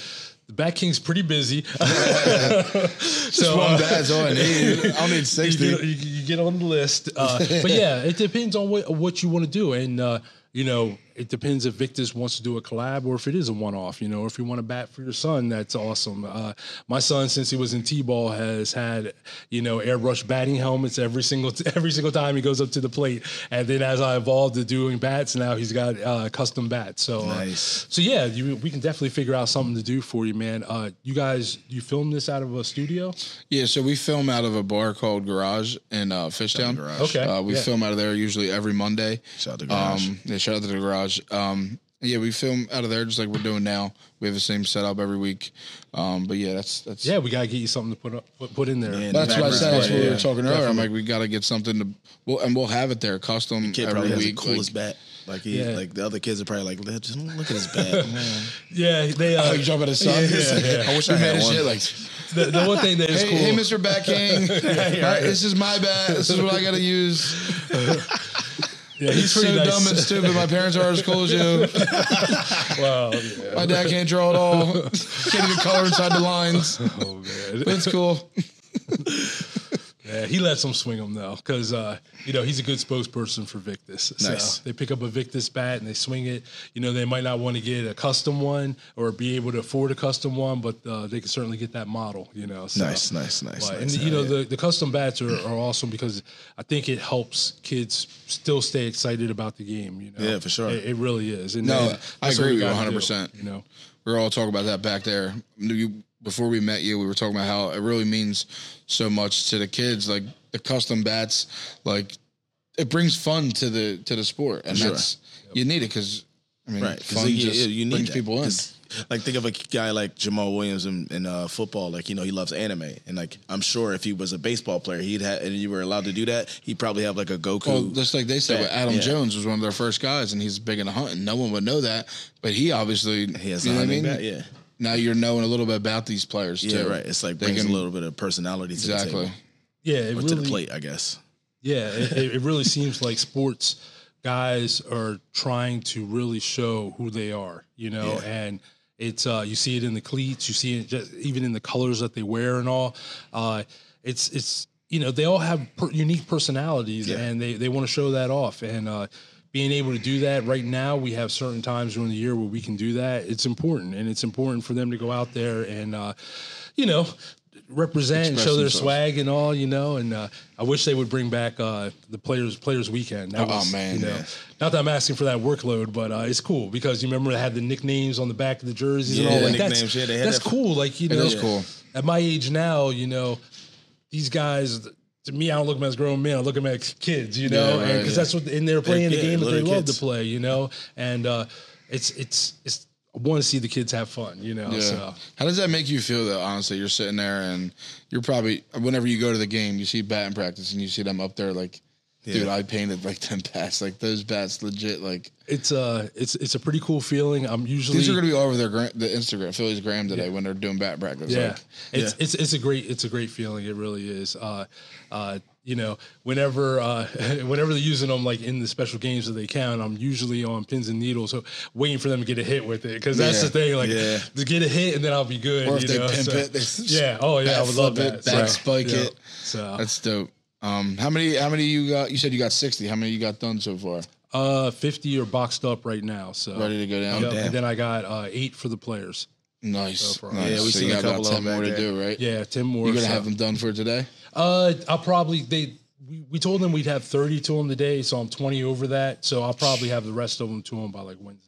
B: Bat King's pretty busy. so uh,
J: That's all I need. I don't need
B: You
J: sixty.
B: get, you, you get on the list, uh, but yeah, it depends on what what you want to do, and uh, you know, it depends if Victus wants to do a collab or if it is a one off, you know, if you want to bat for your son, that's awesome. Uh, my son, since he was in T ball, has had, you know, airbrush batting helmets every single every single time he goes up to the plate. And then as I evolved to doing bats, now he's got uh, custom bats. So, nice. so yeah, you, we can definitely figure out something to do for you, man. Uh, you guys, you film this out of a studio?
J: Yeah, so we film out of a bar called Garage in uh, Fishtown.
B: Okay,
J: uh, we
B: yeah.
J: film out of there usually every Monday.
A: Shout out to Garage.
J: Um, yeah, shout out to the Garage. Um, yeah, we film out of there just like we're doing now. We have the same setup every week. Um, but yeah, that's that's
B: Yeah, we gotta get you something to put up, put, put in there.
A: Yeah,
J: That's what I said. That's
A: Yeah,
J: what we
A: yeah.
J: were talking earlier. I'm like, we got to get something to, we'll, and we'll have it there, custom
A: Kid
J: every
A: probably has the
J: week.
A: coolest bat. Like he,
B: Yeah.
A: like the other kids are probably like, "Look, just look at his bat. Man.
B: Yeah, they. Uh,
J: like, oh, you jump at his son.
B: yeah, yeah.
A: I wish
J: We
A: I
J: made
A: had
J: his
A: one.
J: shit like,
B: the, the one thing that is
J: hey,
B: cool.
J: hey, Mr. Bat King, Alright, this is my bat. This is what I got to use.
B: yeah, he's
J: It's so
B: pretty nice.
J: dumb and stupid. My parents are as cool as you.
B: wow. Yeah.
J: My dad can't draw at all. Can't even color inside the lines.
B: Oh man.
J: But it's cool.
B: Yeah, he lets them swing him though, because uh, you know he's a good spokesperson for Victus. So
A: Nice.
B: They pick up a Victus bat and they swing it. You know they might not want to get a custom one or be able to afford a custom one, but uh, they can certainly get that model. You know. So,
A: Nice, nice, nice,
B: But-
A: nice.
B: and you know the, the custom bats are, are awesome because I think it helps kids still stay excited about the game. You know.
A: Yeah, for sure.
B: It, it really is. And,
J: No,
B: and
J: I
B: that's what
J: agree
B: we
J: with you
B: gotta do,
J: 100%.
B: You know.
J: we were all talking about that back there. You- before we met you, we were talking about how it really means so much to the kids, like the custom bats, like it brings fun to the to the sport, and that's you need it because I mean,
A: Right,
J: fun
A: because you,
J: just
A: you need
J: brings
A: that.
J: people in.
A: 'Cause, Like think of a guy like Jamal Williams in, in uh, football. Like you know he loves anime, and like I'm sure if he was a baseball player, he'd have, and you were allowed to do that, he'd probably have like a Goku.
J: Well, just like they said, with
A: Yeah,
J: Adam
A: yeah.
J: Jones was one of their first guys, and he's big into hunting. No one would know that, but he obviously
A: he has
J: you
A: the
J: know what I
A: hunting
J: mean?
A: bat. Yeah,
J: Now you're knowing a little bit about these players
A: yeah,
J: too.
A: right. It's like
J: They
A: brings
J: can-
A: a little bit of personality to the
J: Exactly.
A: table
B: Yeah, it
A: or
B: really,
A: to the plate, I guess.
B: Yeah, it, it- it really seems like sports guys are trying to really show who they are, you know, and it's uh, you see it in the cleats, you see it just even in the colors that they wear and all. Uh, it's it's you know they all have per- unique personalities and they they want to show that off and. Uh, being able to do that right now, we have certain times during the year where we can do that. It's important, and it's important for them to go out there and, uh, you know, represent and show their
J: themselves.
B: swag and all, you know. And uh, I wish they would bring back uh, the players players weekend. That
J: Oh, man,
B: you know,
J: yeah.
B: not that I'm asking for that workload, but uh, it's cool because you remember they had the nicknames on the back of the jerseys and all.
A: Yeah,
B: Like, that's
A: nicknames, yeah, they had
B: that's
A: that-
B: cool. Like you know,
J: is cool.
B: At my age now, you know, these guys. To me, I don't look at them as grown men. I look at them as kids, you know, because
J: Yeah, right, yeah.
B: that's what and they're playing the
A: yeah,
B: game that they
A: little
B: love to
A: kids.
B: play, you know. And uh, it's it's it's I want to see the kids have fun, you know.
J: Yeah.
B: So
J: Oh, How does that make you feel though? Honestly, you're sitting there and you're probably whenever you go to the game, you see batting practice and you see them up there like, dude, I painted like ten bats, like those bats, legit. Like
B: it's uh it's it's a pretty cool feeling. I'm usually
J: these are gonna be all over their gra- the Instagram Phillies gram today when they're doing bat practice.
B: Yeah,
J: Like,
B: it's it's it's a great it's a great feeling. It really is. Uh, uh, you know, whenever uh, whenever they're using them like in the special games that they count, I'm usually on pins and needles, so waiting for them to get a hit with it because that's
J: Yeah.
B: the thing. Like
A: Yeah.
B: to get a hit and then I'll be good.
J: Or if
B: you
J: they
B: know?
J: pimp
B: so-
J: it, they s-
B: yeah. Oh yeah, I
J: bat
B: would love
J: flip
B: that.
J: it, bat spike it.
B: So
J: that's dope. Um, how many? How many you got? You said you got sixty. How many you got done so far?
B: uh, fifty are boxed up right now. So
J: Ready to go down?
B: Yep, and then I got uh, eight for the players.
J: Nice,
B: far.
J: nice.
A: Yeah, we
J: so
A: seen
J: you
A: a
J: got about
A: couple of
J: ten
A: them
J: more to
A: back
J: do, right?
B: Yeah, ten more.
J: You're gonna
B: so-
J: have them done for today.
B: Uh, I'll probably they we, we told them we'd have thirty to them today, so I'm twenty over that. So I'll probably have the rest of them to them by like Wednesday.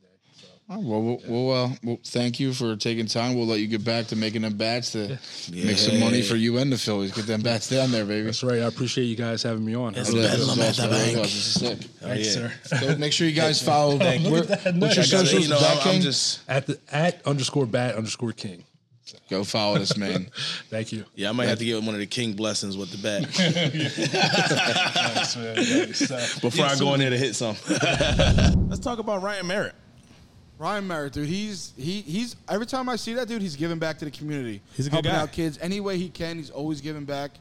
J: All right, well, we'll, we'll, uh, well, thank you for taking time. We'll let you get back to making them bats to make some money for you and the Phillies. Get them bats down there, baby.
B: That's right. I appreciate you guys having me on.
J: Yeah, this is awesome. This is sick.
B: Thanks, sir.
J: So make sure you guys follow. Thank
B: Look at that.
J: What's your
B: Nice. I gotta-
J: socials?
A: you know,
J: Bat
A: I'm, I'm
J: King?
A: just
B: At the at underscore bat underscore king.
J: Go follow this man.
B: Thank you.
A: yeah. I might have to give him one of the king blessings with the bat before I go in there to hit some.
C: Let's talk about Ryan Merritt.
F: Ryan Merritt, dude, he's he he's every time I see that dude, he's giving back to the community.
C: He's a good
F: helping
C: guy.
F: out kids any way he can. He's always giving back.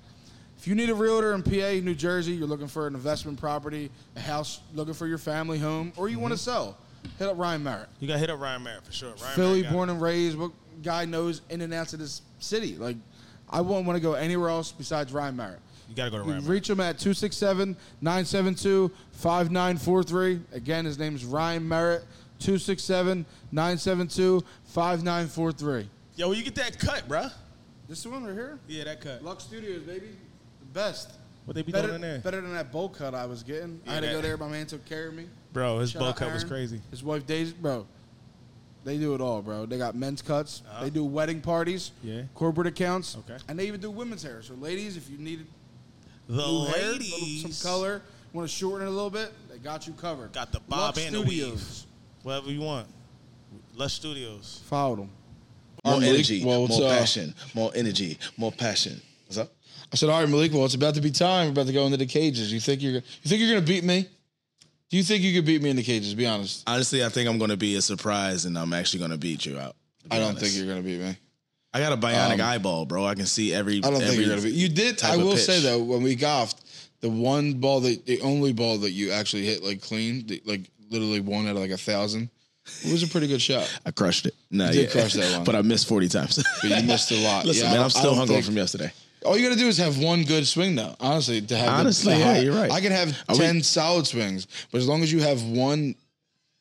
F: If you need a realtor in PA, New Jersey, you're looking for an investment property, a house, looking for your family home, or you want to sell, hit up Ryan Merritt.
C: You got to hit up Mm-hmm. Ryan Merritt for sure. Ryan
F: Philly
C: Merritt got-
F: born and raised, what guy knows in and outs of this city? Like, I wouldn't want to go anywhere else besides Ryan Merritt.
C: You got to go to Ryan.
F: Reach him at 267 972 5943. Again, his name's Ryan Merritt, 267 972 5943.
C: Yo, will you get that cut, bruh?
F: This one right here?
C: Yeah, that cut.
F: Lux Studios, baby. The best.
C: What they be
F: Better,
C: doing in there?
F: better than that bowl cut I was getting. I
C: Yeah,
F: had to
C: that-
F: go there. My man took care of me.
C: Bro, his
F: Shout
C: bowl
F: out
C: cut was
F: Aaron.
C: crazy.
F: His wife Daisy, bro. They do it all, bro. They got men's cuts. They do wedding parties.
C: Uh-huh. Yeah.
F: Corporate accounts.
C: Okay.
F: And they even do women's hair. So, ladies, if you needed
C: The
F: blue hair, little-
C: ladies.
F: some color, want to shorten it a little bit, they got you covered.
C: Got the bob
F: Lux
C: and the
F: Studios.
C: weave. Whatever you want. Lush Studios.
F: Followed them.
A: More
J: Malik,
A: energy,
J: well, what's
A: more
J: up?
A: passion, more energy, more passion. What's up?
J: I said, "All right, Malik. Well, it's about to be time. We're about to go into the cages. You think you're you think you're gonna beat me? Do you think you could beat me in the cages? Be honest.
A: Honestly, I think I'm gonna be a surprise, and I'm actually gonna beat you out. to be
J: I don't
A: honest.
J: think you're gonna beat me.
A: I got a bionic
J: Um,
A: eyeball, bro. I can see every.
J: I don't
A: every
J: think you're gonna beat. You did.
A: type
J: I
A: of
J: will
A: pitch.
J: say though, when we golfed, the one ball that the only ball that you actually hit like clean, the- like literally one out of like a thousand, it was a pretty good shot.
A: I crushed it. No,
J: You did
A: yeah.
J: crush that one.
A: but I missed forty times.
J: But you missed a lot.
A: Listen,
J: Yeah, I
A: man,
J: don't-
A: I'm
J: I
A: still
J: don't
A: hungry
J: think-
A: from yesterday.
J: All you got to do is have one good swing, though. Honestly, to have the-
A: Honestly,
J: the
A: yeah,
J: hot-
A: you're right.
J: I can have
A: Are we-
J: ten solid swings, but as long as you have one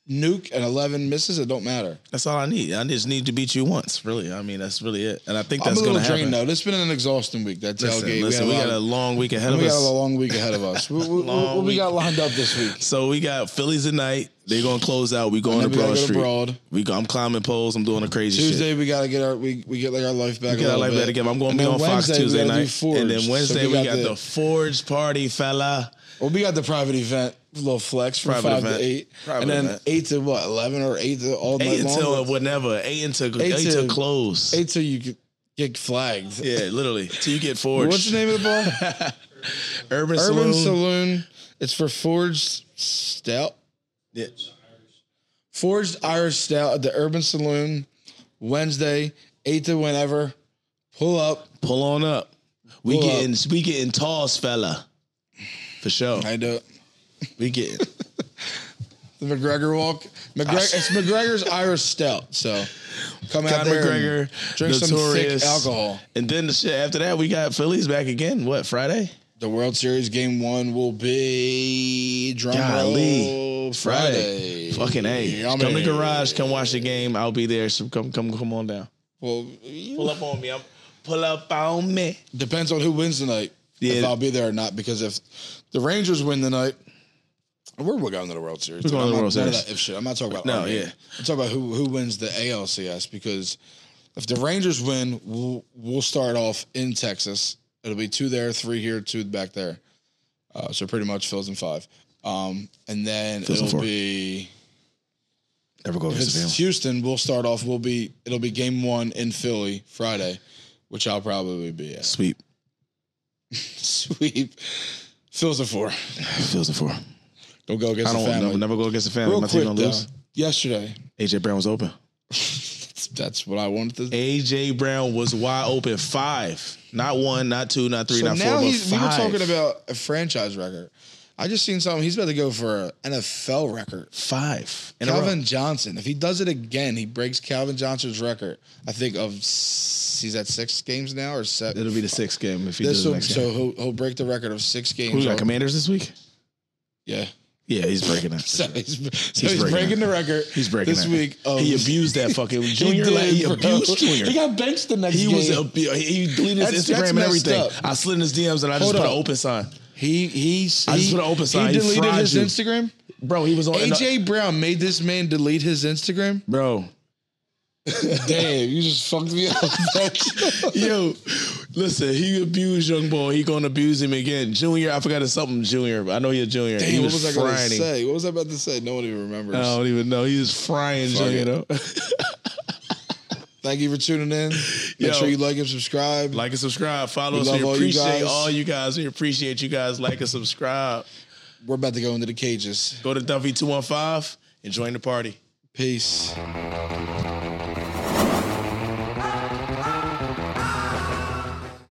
J: nuke and eleven misses, it don't matter.
A: That's all I need. I just need to beat you once, really. I mean, that's really it. And I think
J: I'm
A: that's
J: a little
A: gonna
J: drained
A: happen.
J: though. It's been an exhausting week. That
A: Listen,
J: tailgate.
A: listen,
J: we,
A: we
J: had
A: got a
J: a lot-
A: long week ahead of
J: we got a
A: us.
J: long week ahead of us. We, we, we-
A: Long
J: what we got
A: week.
J: lined up this week?
A: So we got Phillies tonight. They're gonna close out. We going
J: And
A: to
J: then we gotta
A: Broad
J: go to
A: Street.
J: Broad.
A: We go, I'm climbing poles. I'm doing the crazy shit.
J: Tuesday we gotta get our we, we get like our life back.
A: We got
J: a
A: our
J: little
A: life
J: bit.
A: back again. I'm going
J: And
A: to be
J: then
A: on Fox
J: Wednesday, we
A: Tuesday
J: gotta do
A: night,
J: Forge.
A: and then
J: So
A: Wednesday we, got, the, Forge party, fella.
J: well, we got the private event, little flex from
A: Private
J: five
A: event.
J: to eight,
A: Private
J: and then
A: event.
J: eight to what eleven or eight to all
A: Eight
J: night long.
A: until whenever. Eight until
J: Eight
A: eight,
J: to-
A: till close.
J: eight till you get- get flagged.
A: Yeah, literally till you get forged.
J: What's the name of the bar?
A: Urban,
J: Urban
A: Saloon.
J: Saloon. It's for forged stout.
A: Yeah.
J: Forged Irish Stout at the Urban Saloon, Wednesday, eight to whenever. Pull up.
A: Pull on up. We
J: Pull
A: getting we getting tossed, fella. For sure.
J: I do it.
A: We getting
J: The McGregor walk.
A: Oh,
J: McGregor, it's McGregor's Irish Stout. So come out
A: Conor
J: there.
A: McGregor,
J: and drink some thick
A: Notorious.
J: alcohol.
A: And then the shit after that, we got Phillies back again. What Friday?
J: The World Series game one will be drum roll
A: Golly,
J: Friday.
A: Fucking a.
J: Yummy.
A: Come to garage. Come watch the game. I'll be there. So come come come on down.
J: Well,
A: Pull up on me. I'm pull up on me.
J: depends on who wins tonight. If
A: Yeah.
J: I'll be there or not, because if the Rangers win tonight, we're, we're going to the World Series.
A: We're going
J: I'm
A: to the
J: not-
A: World
J: none of
A: Series.
J: that if shit. I'm not talking about.
A: No,
J: our game.
A: yeah.
J: I'm talking about who who wins the ALCS because if the Rangers win, we'll we'll start off in Texas. It'll be two there, three here, two back there. Uh, so pretty much fills in five. Um, and then
A: Phil's in
J: it'll
A: four.
J: be
A: Never go
J: if it's Houston. We'll start off. We'll be it'll be game one in Philly Friday, which I'll probably be at.
A: Sweep.
J: Sweep. Phil's a four.
A: Phils and four.
J: Don't go against
A: I don't
J: the family.
A: never, never go against the family.
J: Real
A: My
J: quick
A: team don't
J: though,
A: lose.
J: yesterday,
A: AJ Brown was open.
J: that's what I wanted to.
A: AJ Brown was wide open five. Not one, not two, not three,
J: so
A: not
J: now
A: four.
J: he's,
A: but
J: we were
A: five.
J: talking about a franchise record. I just seen something. He's about to go for an NFL record.
A: five. in a row.
J: Calvin Johnson. If he does it again, he breaks Calvin Johnson's record. I think of s- he's at six games now or seven.
A: It'll be the sixth game if he
J: This
A: does it
J: will,
A: next game.
J: so he'll, he'll break the record of six games.
A: Who we
J: on-
A: got commanders this week?
J: Yeah.
A: Yeah, he's breaking it.
J: So he's, so he's, breaking,
A: breaking it.
J: the record.
A: He's breaking
J: this
A: it.
J: week. Of,
A: he abused that fucking junior.
J: did,
A: like, he
J: bro.
A: abused junior.
J: He got benched the next
A: He
J: game.
A: was a, he deleted
J: That's-
A: his
J: that's
A: Instagram and
J: messed
A: everything.
J: up.
A: I slid in his DMs and I just
J: Hold
A: put
J: up.
A: an open sign.
J: He he.
A: I just
J: he-
A: put an open sign.
J: He
A: He
J: deleted
A: fried
J: his
A: you.
J: Instagram.
A: Bro, he was on and, uh,
J: AJ Brown made this man delete his Instagram.
A: Bro.
J: Damn, you just fucked me up.
A: Yo, listen, he abused young boy. He gonna abuse him again. Junior, I forgot it's something junior, but I know he a junior. he Oh.
J: Damn, what was I going to
A: frying him.
J: say? What was I about to say? No one even remembers.
A: I don't even know. He was frying junior
J: it.
A: though.
J: Thank you for tuning in. Make
A: Yo.
J: sure you like and subscribe.
A: like and subscribe. Follow
J: We
A: us.
J: love
A: We
J: all you
A: appreciate
J: guys.
A: all you guys. We appreciate you guys. Like and subscribe.
J: We're about to go into the cages.
A: Go to Duffy two one five and join the party.
J: Peace.